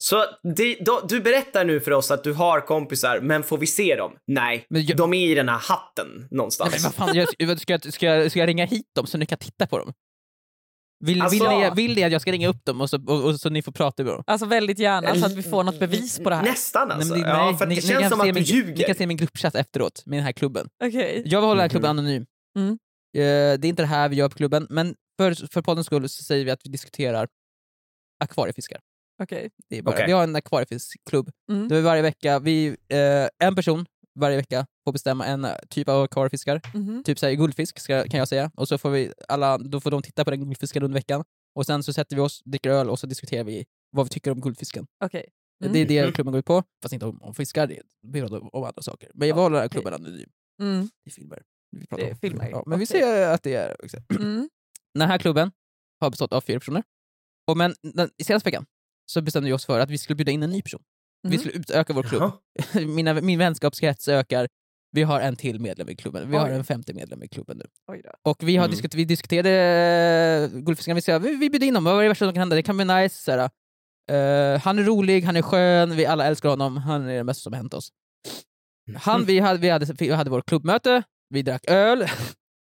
Så det, då, du berättar nu för oss att du har kompisar, men får vi se dem? Nej,
Men jag-
de är i den här hatten
Nej, men
någonstans.
vad fan, jag, ska, jag- ska, jag- ska jag ringa hit dem så ni kan titta på dem? Vill,
Alltså-
vill, ni, vill ni att jag ska ringa upp dem och så, och, och, så ni får prata med dem?
Alltså väldigt gärna så att vi får något bevis på det här.
Mm, Nästan alltså.
men
ja, för att
ni-
det
ni
känns
kan
som
se
att du
min, Ni
ljuger.
kan se min gruppchatt efteråt med den här klubben.
Okej.
Jag vill hålla den här klubben anonym.
Mm.
Eh, det är inte det här vi gör på klubben, men för, för poddens skull så säger vi att vi diskuterar akvariefiskar.
Okej.
Det är bara,
Okej.
Vi har en akvariefiskklubb.
Mm.
Då är vi varje vecka, vi, eh, en person varje vecka får bestämma en eh, typ av akvariefiskar.
Mhm.
typ såhär, guldfisk ska, kan jag säga. Och så får vi alla, då får de titta på den guldfisken under veckan. Och sen så sätter vi oss, dricker öl och så diskuterar vi vad vi tycker om guldfisken.
Okej.
Det
Mm.
är det klubben går ut på. Fast inte om, om fiskar, det vi pratar om- om andra saker. Men jag valde den här klubben anonym.
Mm.
Det är filmer. Vi pratar
Det är
om
filmer,
Ja, men vi
okej.
ser att det är... Också.
Mm.
Den här klubben har bestått av fyra personer. Och men den, i senaste veckan så bestämde vi oss för att vi skulle bjuda in en ny person. Vi
Mhm.
skulle utöka vår klubb.
Jaha.
Mina, min vänskapskrets ökar. Vi har en till medlem i klubben. Vi har
Oj.
en femte medlem i klubben nu.
Oj då.
Och vi, har
Mm.
diskut- vi diskuterade eh, guldfiskarna, vi, sa, vi, vi bjöd in dem, vad är det värsta som kan hända? Det kan bli nice. Såhär, eh, han är rolig, han är skön, vi alla älskar honom, han är det mesta som har hänt oss. Han, vi, hade, vi, hade, vi hade vårt klubbmöte, vi drack öl.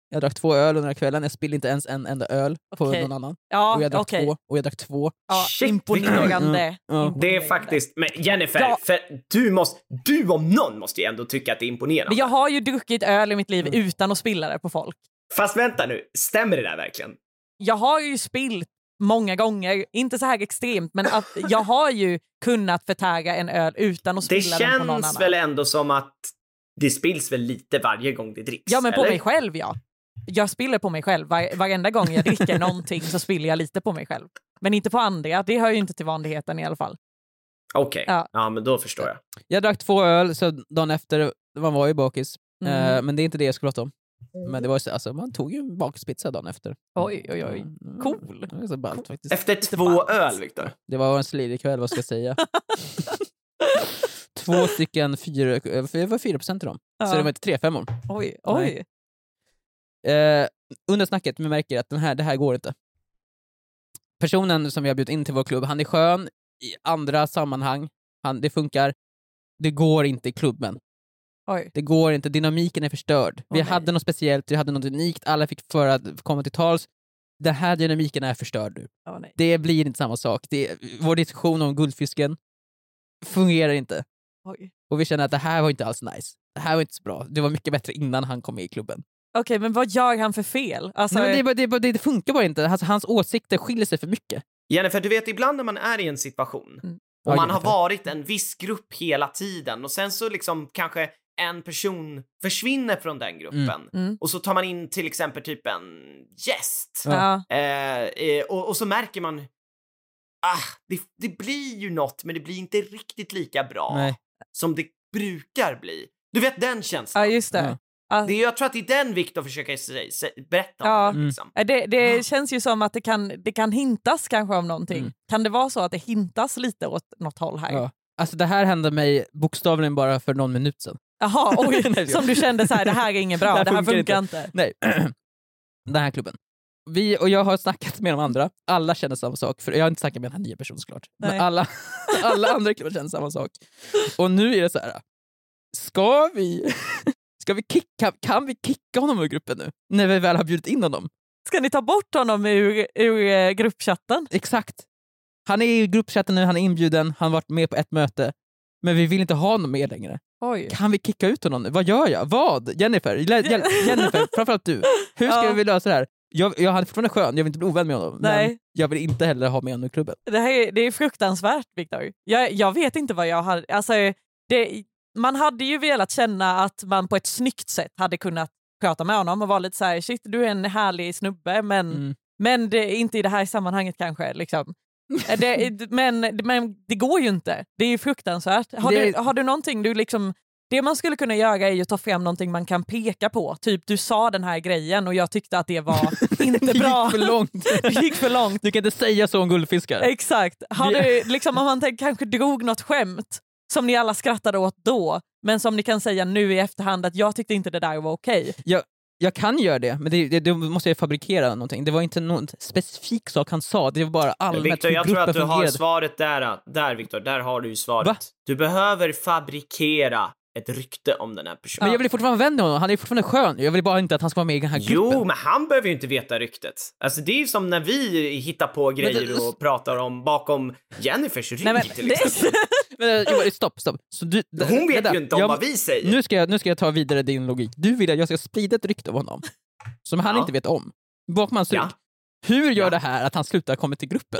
Jag drack två öl under den här kvällen, jag spillde inte ens en enda öl på
Okej.
någon annan. och
Ja,
jag drack
okej.
två, och jag drack två.
Ja,
Shit,
imponerande.
vilken- Ja.
Det är faktiskt, men Jennifer,
Ja.
för du måste, du om någon måste ju ändå tycka att det är imponerande.
Men jag har ju druckit öl i mitt liv
Mm.
utan att spilla det på folk.
Fast vänta nu, stämmer det där verkligen?
Jag har ju spillt många gånger, inte så här extremt, men att jag har ju kunnat förtära en öl utan att
Det
spilla den på någon
känns
annan.
väl ändå som att det spills väl lite varje gång det dricks?
Ja, men på
eller?
mig själv ja. Jag spiller på mig själv. Var, varenda gång jag dricker någonting så spiller jag lite på mig själv. Men inte på andra. Det hör ju inte till vanligheten i alla fall.
Okej,
Ja.
ja. men då förstår jag.
Jag drack två öl, så dagen efter, man var ju bakis. Eh,
Mhm.
men det är inte det jag ska prata om.
Mm.
Men det var ju så, alltså, man tog ju en bakispizza dagen efter.
Oj, oj, oj.
Mm.
Cool.
Det var så ballt faktiskt.
Efter två öl, Viktor.
Det var en slirig kväll, vad ska jag säga? Två stycken fyra, eh, det var fyra procent i dem,
Ja.
så det var inte tre femmor.
Oj, oj.
Eh, under snacket vi märker att den här, det här går inte. Personen som vi har bjudit in till vår klubb, han är skön i andra sammanhang, han, det funkar. Det går inte i klubben.
oj.
Det går inte, dynamiken är förstörd. vi
nej.
hade något speciellt, vi hade något unikt, alla fick för att komma till tals. Den här dynamiken är förstörd nu.
Ja, nej.
det blir inte samma sak. Det, vår diskussion om guldfisken fungerar inte.
oj.
Och vi känner att det här var inte alls nice. Det här var inte så bra. Det var mycket bättre innan han kom med i klubben.
Okej, men vad gör han för fel? Alltså,
Nej, men det, är bara- det, är bara- det, det funkar bara inte. Alltså, hans åsikter skiljer sig för mycket.
Jennifer, du vet ibland när man är i en situation
Ja,
och man har
Jennifer.
varit en viss grupp hela tiden och sen så liksom kanske en person försvinner från den gruppen
Mm.
och så tar man in till exempel typ en gäst
ja.
Eh, eh, och, och så märker man, ah, det, det blir ju något men det blir inte riktigt lika bra
Nej.
som det brukar bli. Du vet den känslan.
ja, just det.
Ja.
det är, jag tror att det är den Viktor försöker se, se, berätta om.
Ja.
Mm.
Liksom.
Ja, Det, det känns ju som att det kan, det kan hintas kanske om någonting.
Mm.
Kan det vara så att det hintas lite åt något håll här?
Ja. Alltså, det här hände mig bokstavligen bara för någon minut sedan.
Jaha,
Nej,
oj,
det-
som du kände så här, det här är inget bra, det här, funkar, inte.
Nej. Den här klubben. Vi och jag har snackat med de andra, alla känner samma sak. För jag har inte snackat med den här nya personen såklart.
Nej.
Men alla, alla andra klubbar känner samma sak. Och nu är det så här. ska vi, ska vi kicka, kan vi kicka honom ur gruppen nu? När vi väl har bjudit in honom.
Ska ni ta bort honom ur, ur eh, gruppchatten?
Exakt. Han är i gruppchatten nu, han är inbjuden, han har varit med på ett möte. Men vi vill inte ha honom med längre.
Oj.
Kan vi kicka ut honom nu? Vad gör jag? Vad? Jennifer, lä- hjäl- Jennifer framförallt du. Hur ska
Ja.
vi lösa det här? Jag, jag hade fortfarande skön, jag vill inte bli ovän med honom. Men
Nej.
jag vill inte heller ha med honom i klubben.
Det, här är, det är fruktansvärt, Viktor. Jag, jag vet inte vad jag hade... Alltså, det, man hade ju velat känna att man på ett snyggt sätt hade kunnat prata med honom och vara lite så här, shit, du är en härlig snubbe, men,
Mm.
men det, inte i det här sammanhanget kanske. Liksom. det, men, men det går ju inte. Det är ju fruktansvärt. Har,
Det-
du, har du någonting du liksom... Det man skulle kunna göra är ju att ta fram någonting man kan peka på. Typ, du sa den här grejen och jag tyckte att det var inte bra.
Det gick för långt.
Det gick för långt.
Du kan inte säga så om guldfiskar.
Exakt. Har
Vi-
du, liksom, om man tänk, kanske drog något skämt som ni alla skrattade åt då, men som ni kan säga nu i efterhand att jag tyckte inte det där var okej.
Jag kan göra det, men det, det, då måste jag fabrikera någonting. Det var inte någon specifik sak han sa, det var bara allmänt
Viktor, jag
hur
tror
gruppen
att du har äh,
fungerade.
svaret där. Där Viktor, där har du ju svaret.
Va?
Du behöver fabrikera ett rykte om den här personen.
Men jag vill ju fortfarande vara vän med honom, han är ju fortfarande skön. Jag vill bara inte att han ska vara med i den här gruppen.
Jo, men han behöver ju inte veta ryktet. Alltså det är ju som när vi hittar på grejer och pratar om bakom Jennifers rygg
Nej, men,
till exempel.
Men, eh, Johan, stopp, stopp. Så du,
Hon vet
vänta.
ju inte om
Jag-
vad vi säger.
nu ska, jag, nu ska jag ta vidare din logik. Du vill att jag ska sprida ett rykte om honom som han
Ja.
inte vet om. Bakom hans rygg.
Ja.
Hur gör
Ja.
det här att han slutar komma till gruppen?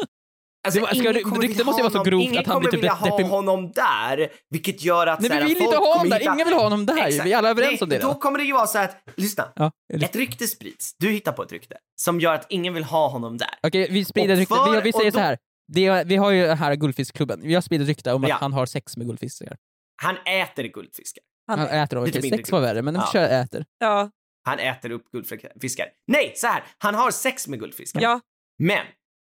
Alltså,
Det var- ska
ingen
det-
kommer
ryktet
vilja
måste ju vara så
ha honom-
grovt
ingen
att han
kommer
blir typ
vilja
lätt
ha
deprim-
honom där, vilket gör att
Nej,
så
vi
här,
vill inte
folk
ha honom
kommer
där.
hitta-
Ingen vill ha honom där.
Exakt.
Vi är alla överens
Nej,
om det.
Då
Då...
kommer det ju vara så här att, lyssna,
Ja, eller-
ett rykte sprids, du hittar på ett rykte som gör att ingen vill ha honom där.
Okej, vi sprider
Och
ett rykte. Vi,
för-
vi säger
och då-
så här. Det är, vi har ju den här guldfiskklubben. Vi har spridit rykte om att
Ja.
han har sex med guldfiskar.
Han äter guldfiskar.
Han,
Han,
äter dem.
Lite
Okej,
mindre
Sex var värre, men de
Ja.
kör äter.
ja,
Han äter upp guldfiskar. Nej, så här, han har sex med guldfiskar.
ja,
Men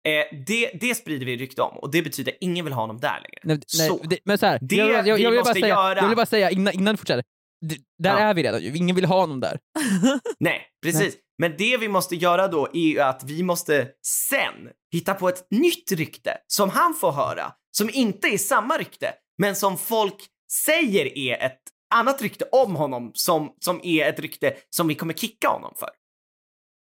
eh, det, det sprider vi rykte om och det betyder att ingen vill ha honom där längre.
Nej, nej,
Så.
det, men så här.
Det
jag, jag, jag,
vi
jag, vill bara
måste
säga,
göra.
jag vill bara säga innan, innan du fortsätter. D- Där
Ja.
är vi redan ju. Ingen vill ha honom där.
Nej, precis. Men det vi måste göra då är ju att vi måste sen hitta på ett nytt rykte som han får höra, som inte är samma rykte, men som folk säger är ett annat rykte om honom som, som är ett rykte som vi kommer kicka honom för.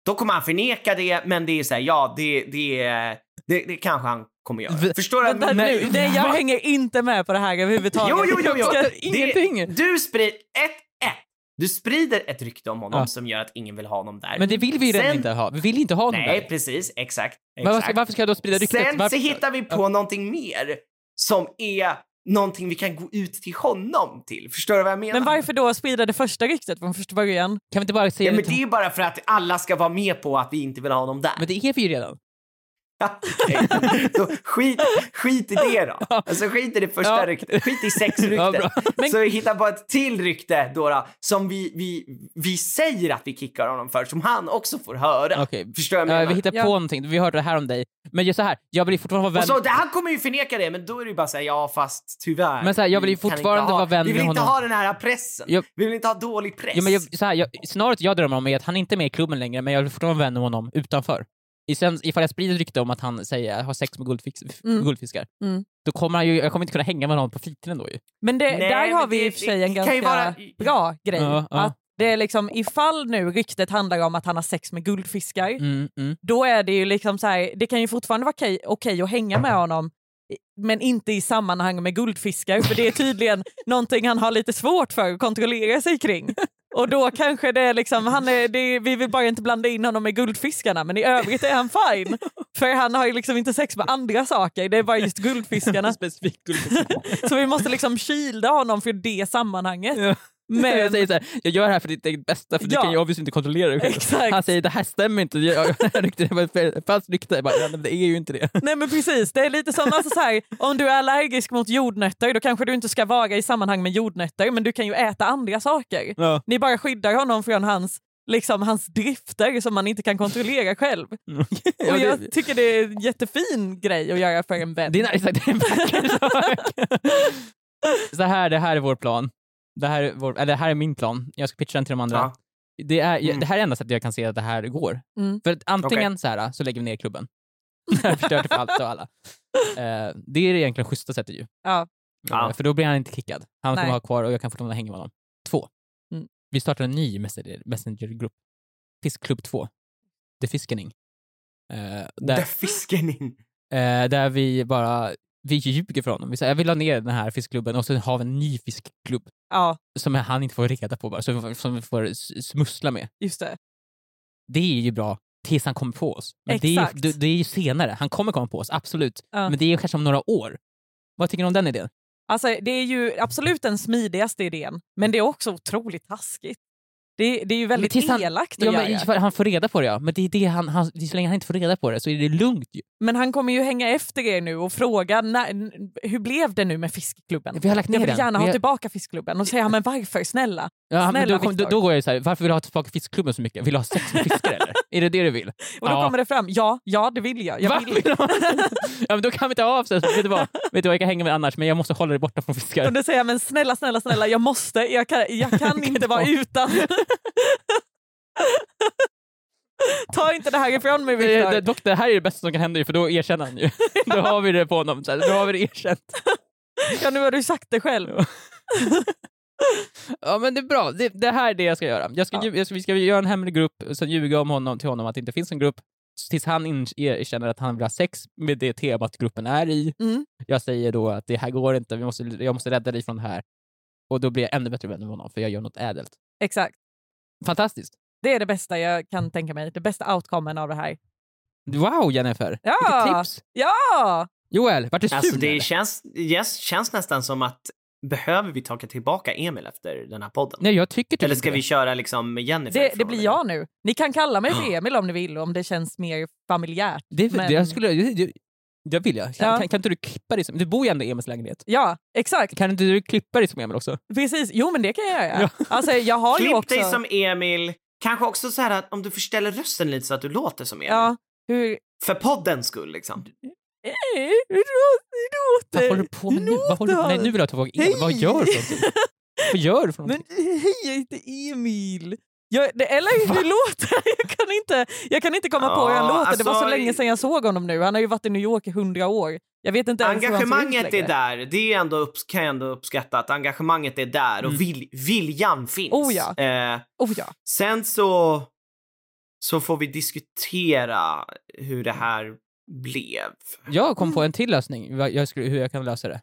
Då kommer han förneka det, men det är så här, ja, det, det, är- det, det kanske han kommer göra.
V-
Förstår du?
vänta
Nej,
nu. Nej, jag
va?
hänger inte med på det här överhuvudtaget.
Jo, jo, jo, jo.
Jag ska-
Det- Ingenting.
Du sprider, ett, ett. Du sprider ett rykte om honom
Ja.
som gör att ingen vill ha honom där.
Men det vill vi ju redan
Sen-
inte ha. Vi vill inte ha honom
Nej,
där.
precis. Exakt.
Men
exakt.
varför, varför ska jag då sprida ryktet?
Sen
varför,
så hittar vi på någonting mer som är någonting vi kan gå ut till honom till. Förstår du vad jag menar?
Men varför då sprida det första ryktet från första början?
Kan vi inte bara säga
Ja, men
det?
det är ju bara för att alla ska vara med på att vi inte vill ha honom där.
Men det är vi ju redan.
Okej. så skit, skit i det då. Alltså skit i det första
Ja.
ryktet. Skit i
Ja,
sexryktet.
bra.
så vi hittar på ett till rykte då, då som vi, vi, vi säger att vi kickar honom för, som han också får höra.
Okej.
Förstår du vad jag
Ja,
menar?
vi hittar
Ja.
på någonting, vi hörde det här om dig. Men just så här, jag vill ju fortfarande vara
Och
vän.
så, det- han kommer ju förneka det, men då är det ju bara såhär, ja fast tyvärr.
Men så här, jag vill ju
vi kan inte
fortfarande
ha,
vara vän
Vi vill
med
inte
honom.
ha den här pressen.
Jag-
Vi vill inte ha dålig press.
ja, men jag, så här, jag, snarare jag drömmer om är att han inte är med i klubben längre, men jag vill fortfarande vara vän med honom utanför. I sen, ifall jag sprider rykte om att han säger har sex med guldfix-
Mm.
guldfiskar,
Mm.
då kommer han ju, jag kommer inte kunna hänga med honom på fritiden då ju.
Men det,
Nej,
där har
men
vi
det-
i och för sig
det
en
kan ju
ganska
vara-
bra grej.
Ja, ja.
Att det är liksom, ifall nu ryktet handlar om att han har sex med guldfiskar,
Mm, mm.
då är det ju liksom så här, det kan ju fortfarande vara okej, okej att hänga med honom i- men inte i sammanhang med guldfiskar för det är tydligen någonting han har lite svårt för att kontrollera sig kring. Och då kanske det är liksom, han är, det är, vi vill bara inte blanda in honom med guldfiskarna men i övrigt är han fine. För han har ju liksom inte sex med andra saker, det är bara just guldfiskarna.
Specifikt guldfiskar.
Så vi måste liksom kylda honom för det sammanhanget.
Ja. Men... Jag
Men
säger så här, jag gör det här för ditt eget bästa, för du
Ja.
kan ju obviously inte kontrollera dig själv.
Exakt.
Han säger det här stämmer inte, jag, jag, rykte, det var ett falskt rykte. Jag bara, ja, men det är ju inte det.
Nej men precis, det är lite som alltså, så här, om du är allergisk mot jordnötter då kanske du inte ska vara i sammanhang med jordnötter men du kan ju äta andra saker.
Ja.
Ni bara skyddar honom från hans, liksom, hans drifter som man inte kan kontrollera själv.
Ja,
Och
det-
jag tycker det är en jättefin grej att göra för en vän.
Det är, exakt, det är en vacker sak. Så här, det här är vår plan. Det här är, vår, eller det här är min plan. Jag ska pitcha den till de andra.
Ja.
Det, är,
Mm.
det här är enda sättet jag kan se att det här går.
Mm.
För att antingen så här, så lägger vi ner klubben. Det här förstör för allt och alla. Eh, det är det egentligen schyssta sättet ju.
Ja.
Ja.
Eh, För då blir han inte kickad. Han
Nej.
kommer ha kvar och jag kan fortfarande hänga med honom. Två.
Mm.
Vi startar en ny messenger- messengergrupp. Fiskklubb 2. The Fiskening. Eh, där-
Där fisken in.
Eh, där vi bara vi ljuger för honom. Vi säger jag vill ha ner den här fiskklubben och så har vi en ny fiskklubb
Ja,
som han inte får reda på bara, så- som vi får s- smussla med.
just det.
Det är ju bra tills han kommer på oss. Men det är, ju-
Exakt.
det, det är ju senare. Han kommer komma på oss, absolut.
Ja.
Men det är ju kanske om några år. Vad tycker du om den idén?
Alltså, det är ju absolut den smidigaste idén men det är också otroligt taskigt. Det, det är ju väldigt
tills han-
elakt att
Ja,
göra.
men, för han får reda på det ja, men det är det han, han, så länge han inte får reda på det så är det lugnt ju.
Men han kommer ju hänga efter er nu och fråga när, n- hur blev det nu med fiskklubben?
Vi har lagt ner
Jag vill
den.
gärna
Vi
ha
har-
tillbaka fiskklubben. Och säger han, men varför? Snälla.
Ja, men
Snälla,
då, kom, då,
Viktor.
då går jag ju såhär, varför vill du ha tillbaka fiskklubben så mycket? Vill du ha sex med fiskar eller? Är det det du vill?
Och då
Ja.
kommer det fram, ja, ja det vill jag.
Va?
jag vill.
ja, men då kan vi inte ha av sig. Så Vet du, vad? vet du vad, jag kan hänga med annars, men jag måste hålla dig borta från
Och
fiskar.
då säger jag, men snälla, snälla, snälla, jag måste. Jag kan, jag kan inte vara utan. Ta inte det här ifrån mig
Det- det-
Viktor.
Eh, Dock, det här är det bästa som kan hända ju, för då erkänner han ju. Då har vi det på honom. Så här, då har vi det erkänt.
Ja, nu har du sagt det själv.
Ja men det är bra, det, det här är det jag ska göra. Jag ska,
Ja.
lju- jag ska, vi ska göra en hemlig grupp, sen ljuga om honom, till honom att det inte finns en grupp, tills han in- erkänner att han vill ha sex med det temat gruppen är i.
Mm.
Jag säger då att det här går inte, vi måste, jag måste rädda dig från det här. Och då blir jag ännu bättre vän med honom, för jag gör något ädelt.
Exakt.
Fantastiskt!
Det är det bästa jag kan tänka mig. Det bästa outcomen av det här.
Wow Jennifer! Vilket
Ja!
tips!
Ja!
Joel, vart du sur?
Alltså det
eller?
känns, yes, känns nästan som att behöver vi ta tillbaka Emil efter den här podden?
Nej jag tycker typ
Eller ska
inte
vi köra liksom med Jennifer?
Det, det
från
blir
och
jag nu. Ni kan kalla mig för Emil om ni vill, om det känns mer familjärt.
det. det,
men-
det jag skulle, det, det, jag vill jag. Kan,
Ja.
kan, kan inte du klippa dig som... Du bor ju ändå i Emils lägenhet.
Ja, exakt.
Kan inte du klippa dig som Emil också?
Precis. Jo, men det kan jag göra. Alltså, jag har ju
Klipp
också...
dig som Emil. Kanske också så här att om du förställer rösten lite så att du låter som Emil.
Ja, hur...
För poddens skull liksom.
Eh, hur låter-
Eh,
Vad håller du på med nu? Vad håller du, nej, nu vill jag ta tillbaka Emil. Vad gör du för någonting? Vad gör du för
Men
någonting?
hej, jag heter Emil. Jag, det, eller hur låter jag? Kan inte, jag kan inte komma på hur han
Ja,
låter. det var så
alltså-
länge sedan jag såg honom nu. Han har ju varit i New York i hundra år. Jag vet inte ens hur han ser ut
Engagemanget är
längre.
där. Det är ändå upps- kan jag ändå uppskatta att engagemanget är där och
Mm.
vil, viljan finns.
Oh ja.
Eh,
Oh, ja.
sen så, så får vi diskutera hur det här blev.
Jag kom
Mm.
på en till lösning vad jag skulle, hur jag kan lösa det.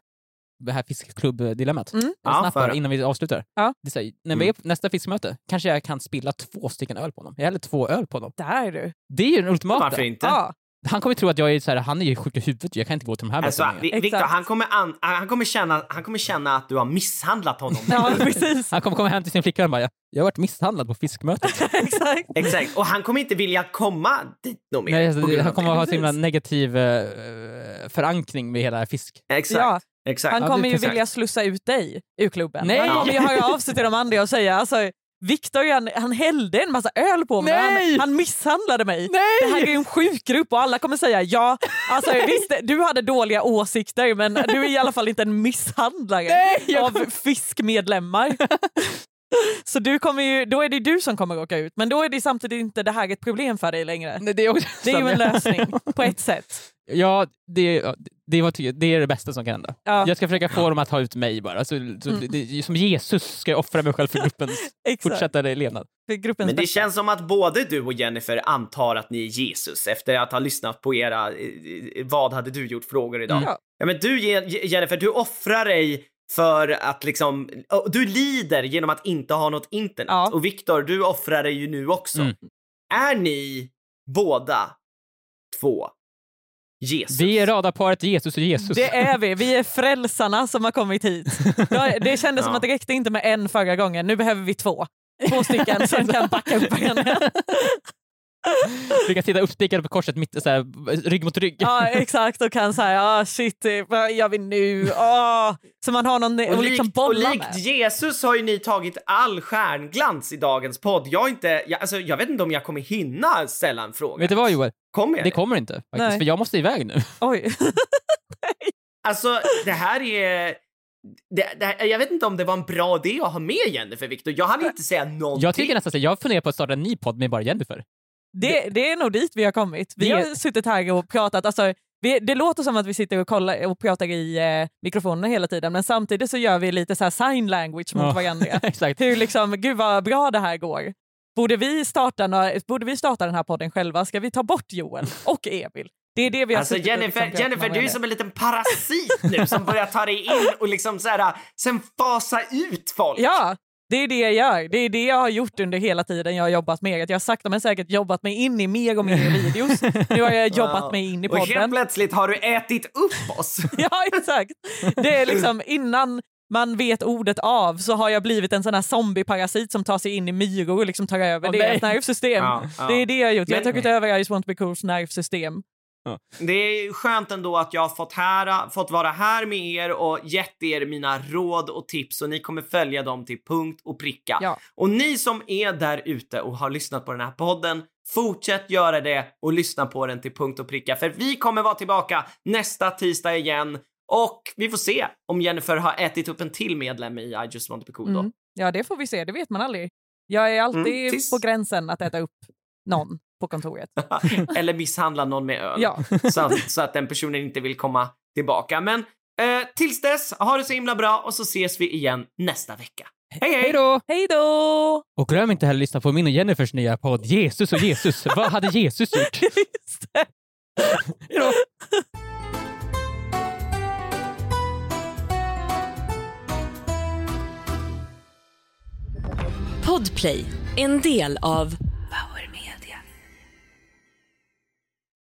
Det här fiskeklubb-dilemmat.
Mm.
Ja,
Snabbt
för- Mm.
bara innan vi avslutar.
Ja.
Det är så här, när vi är på nästa fiskemöte kanske jag kan spilla två stycken öl på honom. Eller två öl på honom.
Där du.
Det är ju den ultimata.
Varför inte?
Ja.
Han kommer tro att jag är så här, han är ju sjuk i huvudet, jag kan inte gå till de här
Alltså,
mötena.
vi,
Exakt.
Victor, han kommer, an, han, kommer känna, han kommer känna att du har misshandlat honom.
ja, precis.
Han kommer komma hem till sin flickvän och bara, jag har varit misshandlad på fiskmötet.
Exakt.
Exakt. Och han kommer inte vilja komma dit något mer.
Nej,
på
alltså,
grund
han
av
kommer
det.
ha så himla negativ eh, förankring med hela fisk.
Exakt.
Ja,
exakt.
han
Ja,
kommer
det
ju
kan-
vilja slussa ut dig ur klubben.
Nej!
Han kommer ju höra av sig till de andra och säga alltså, Viktor han, han hällde en massa öl på mig.
Nej!
Han, han misshandlade mig.
Nej!
Det här är ju en sjuk grupp och alla kommer säga ja. Alltså, visst, du hade dåliga åsikter men du är i alla fall inte en misshandlare
Nej, jag
av fiskmedlemmar. Så du kommer ju, då är det du som kommer åka ut men då är det samtidigt inte det här ett problem för dig längre.
Nej, Det är, också,
Det är ju en lösning på ett sätt.
Ja, det, ja, det, var, ty- det är det bästa som kan hända.
Ja, Mm.
Jag ska försöka få dem att ta ut mig bara. Så, så, det, som Jesus ska jag offra mig själv för gruppens
exakt.
fortsatta levnad.
För gruppens
Men det
bästa.
känns som att både du och Jennifer antar att ni är Jesus efter att ha lyssnat på era eh, eh, vad hade du gjort frågor idag.
Mm.
Ja.
Ja. men du Je- Je- Jennifer, du offrar dig för att liksom, och du lider genom att inte ha något internet.
Ja.
Och Viktor, du offrar dig ju nu också.
Mm.
Är ni båda två Jesus?
Vi är radarparet Jesus och Jesus.
Det är vi. Vi är frälsarna som har kommit hit. Jag- Det kändes som
Ja.
att det räckte inte med en förra gången. Nu behöver vi två. Två stycken som kan backa upp henne.
Vi kan sitta uppspikade på korset, mitt, så här, rygg mot rygg.
Ja, exakt. Och kan säga ah, shit, eh, vad gör vi nu? Ah. Så man har någon
Och
att liksom
likt, och
bolla
likt
med.
Jesus har ju ni tagit all stjärnglans i dagens podd. Jag, är inte, jag, alltså, jag vet inte om jag kommer hinna ställa en fråga.
Vet du vad Joel?
Kommer jag
Det kommer inte. Faktiskt,
Nej.
för jag måste iväg nu.
Oj.
Alltså det här är... Det, det här, jag vet inte om det var en bra idé att ha med Jennifer Victor. Jag hann inte säga någonting.
Jag tycker nästan så här, jag funderar på att starta en ny podd med bara Jennifer.
Det, det är nog dit vi har kommit. Vi
Det-
har suttit här och pratat. Alltså, vi, det låter som att vi sitter och, kollar och pratar i eh, mikrofonerna hela tiden men samtidigt så gör vi lite så här sign language mot
Ja.
varandra.
Exakt.
hur liksom, gud vad bra det här går. Borde vi, starta några, borde vi starta den här podden själva? Ska vi ta bort Joel och Emil? Det är det vi har
Alltså
suttit och
Jennifer,
liksom
Jennifer
pratat
du
om.
är som en liten parasit nu som börjar ta dig in och liksom så här, sen fasa ut folk.
Ja, det är det jag gör. Det är det jag har gjort under hela tiden jag har jobbat med er. Jag har sakta men säkert jobbat mig in i mer och mer videos. Nu har jag jobbat
Wow.
mig in i
Och helt
podden.
plötsligt har du ätit upp oss.
Ja, exakt. Det är liksom innan man vet ordet av så har jag blivit en sån här zombieparasit som tar sig in i myror och liksom tar över
Åh,
deras
nej.
nervsystem.
Ja, ja.
Det är det jag har gjort. Jag har
Men-
tagit över I just want to be cools nervsystem.
Det är skönt ändå att jag har fått, här, fått vara här med er och gett er mina råd och tips och ni kommer följa dem till punkt och pricka.
Ja.
Och ni som är där ute och har lyssnat på den här podden, fortsätt göra det och lyssna på den till punkt och pricka för vi kommer vara tillbaka nästa tisdag igen och vi får se om Jennifer har ätit upp en till medlem i I just want to be cool då.
Mm. Ja, det får vi se. Det vet man aldrig. Jag är alltid
Mm, tills-
på gränsen att äta upp någon på kontoret.
Eller misshandla någon med öl.
Ja.
så, att, så att den personen inte vill komma tillbaka. Men eh, tills dess, ha det så himla bra och så ses vi igen nästa vecka. Hej, hej!
Hej då!
Hej då!
Och glöm inte heller att lyssna på min och Jennifers nya podd Jesus och Jesus. Vad hade Jesus gjort?
Just det.
Hej då!
Podplay, en del av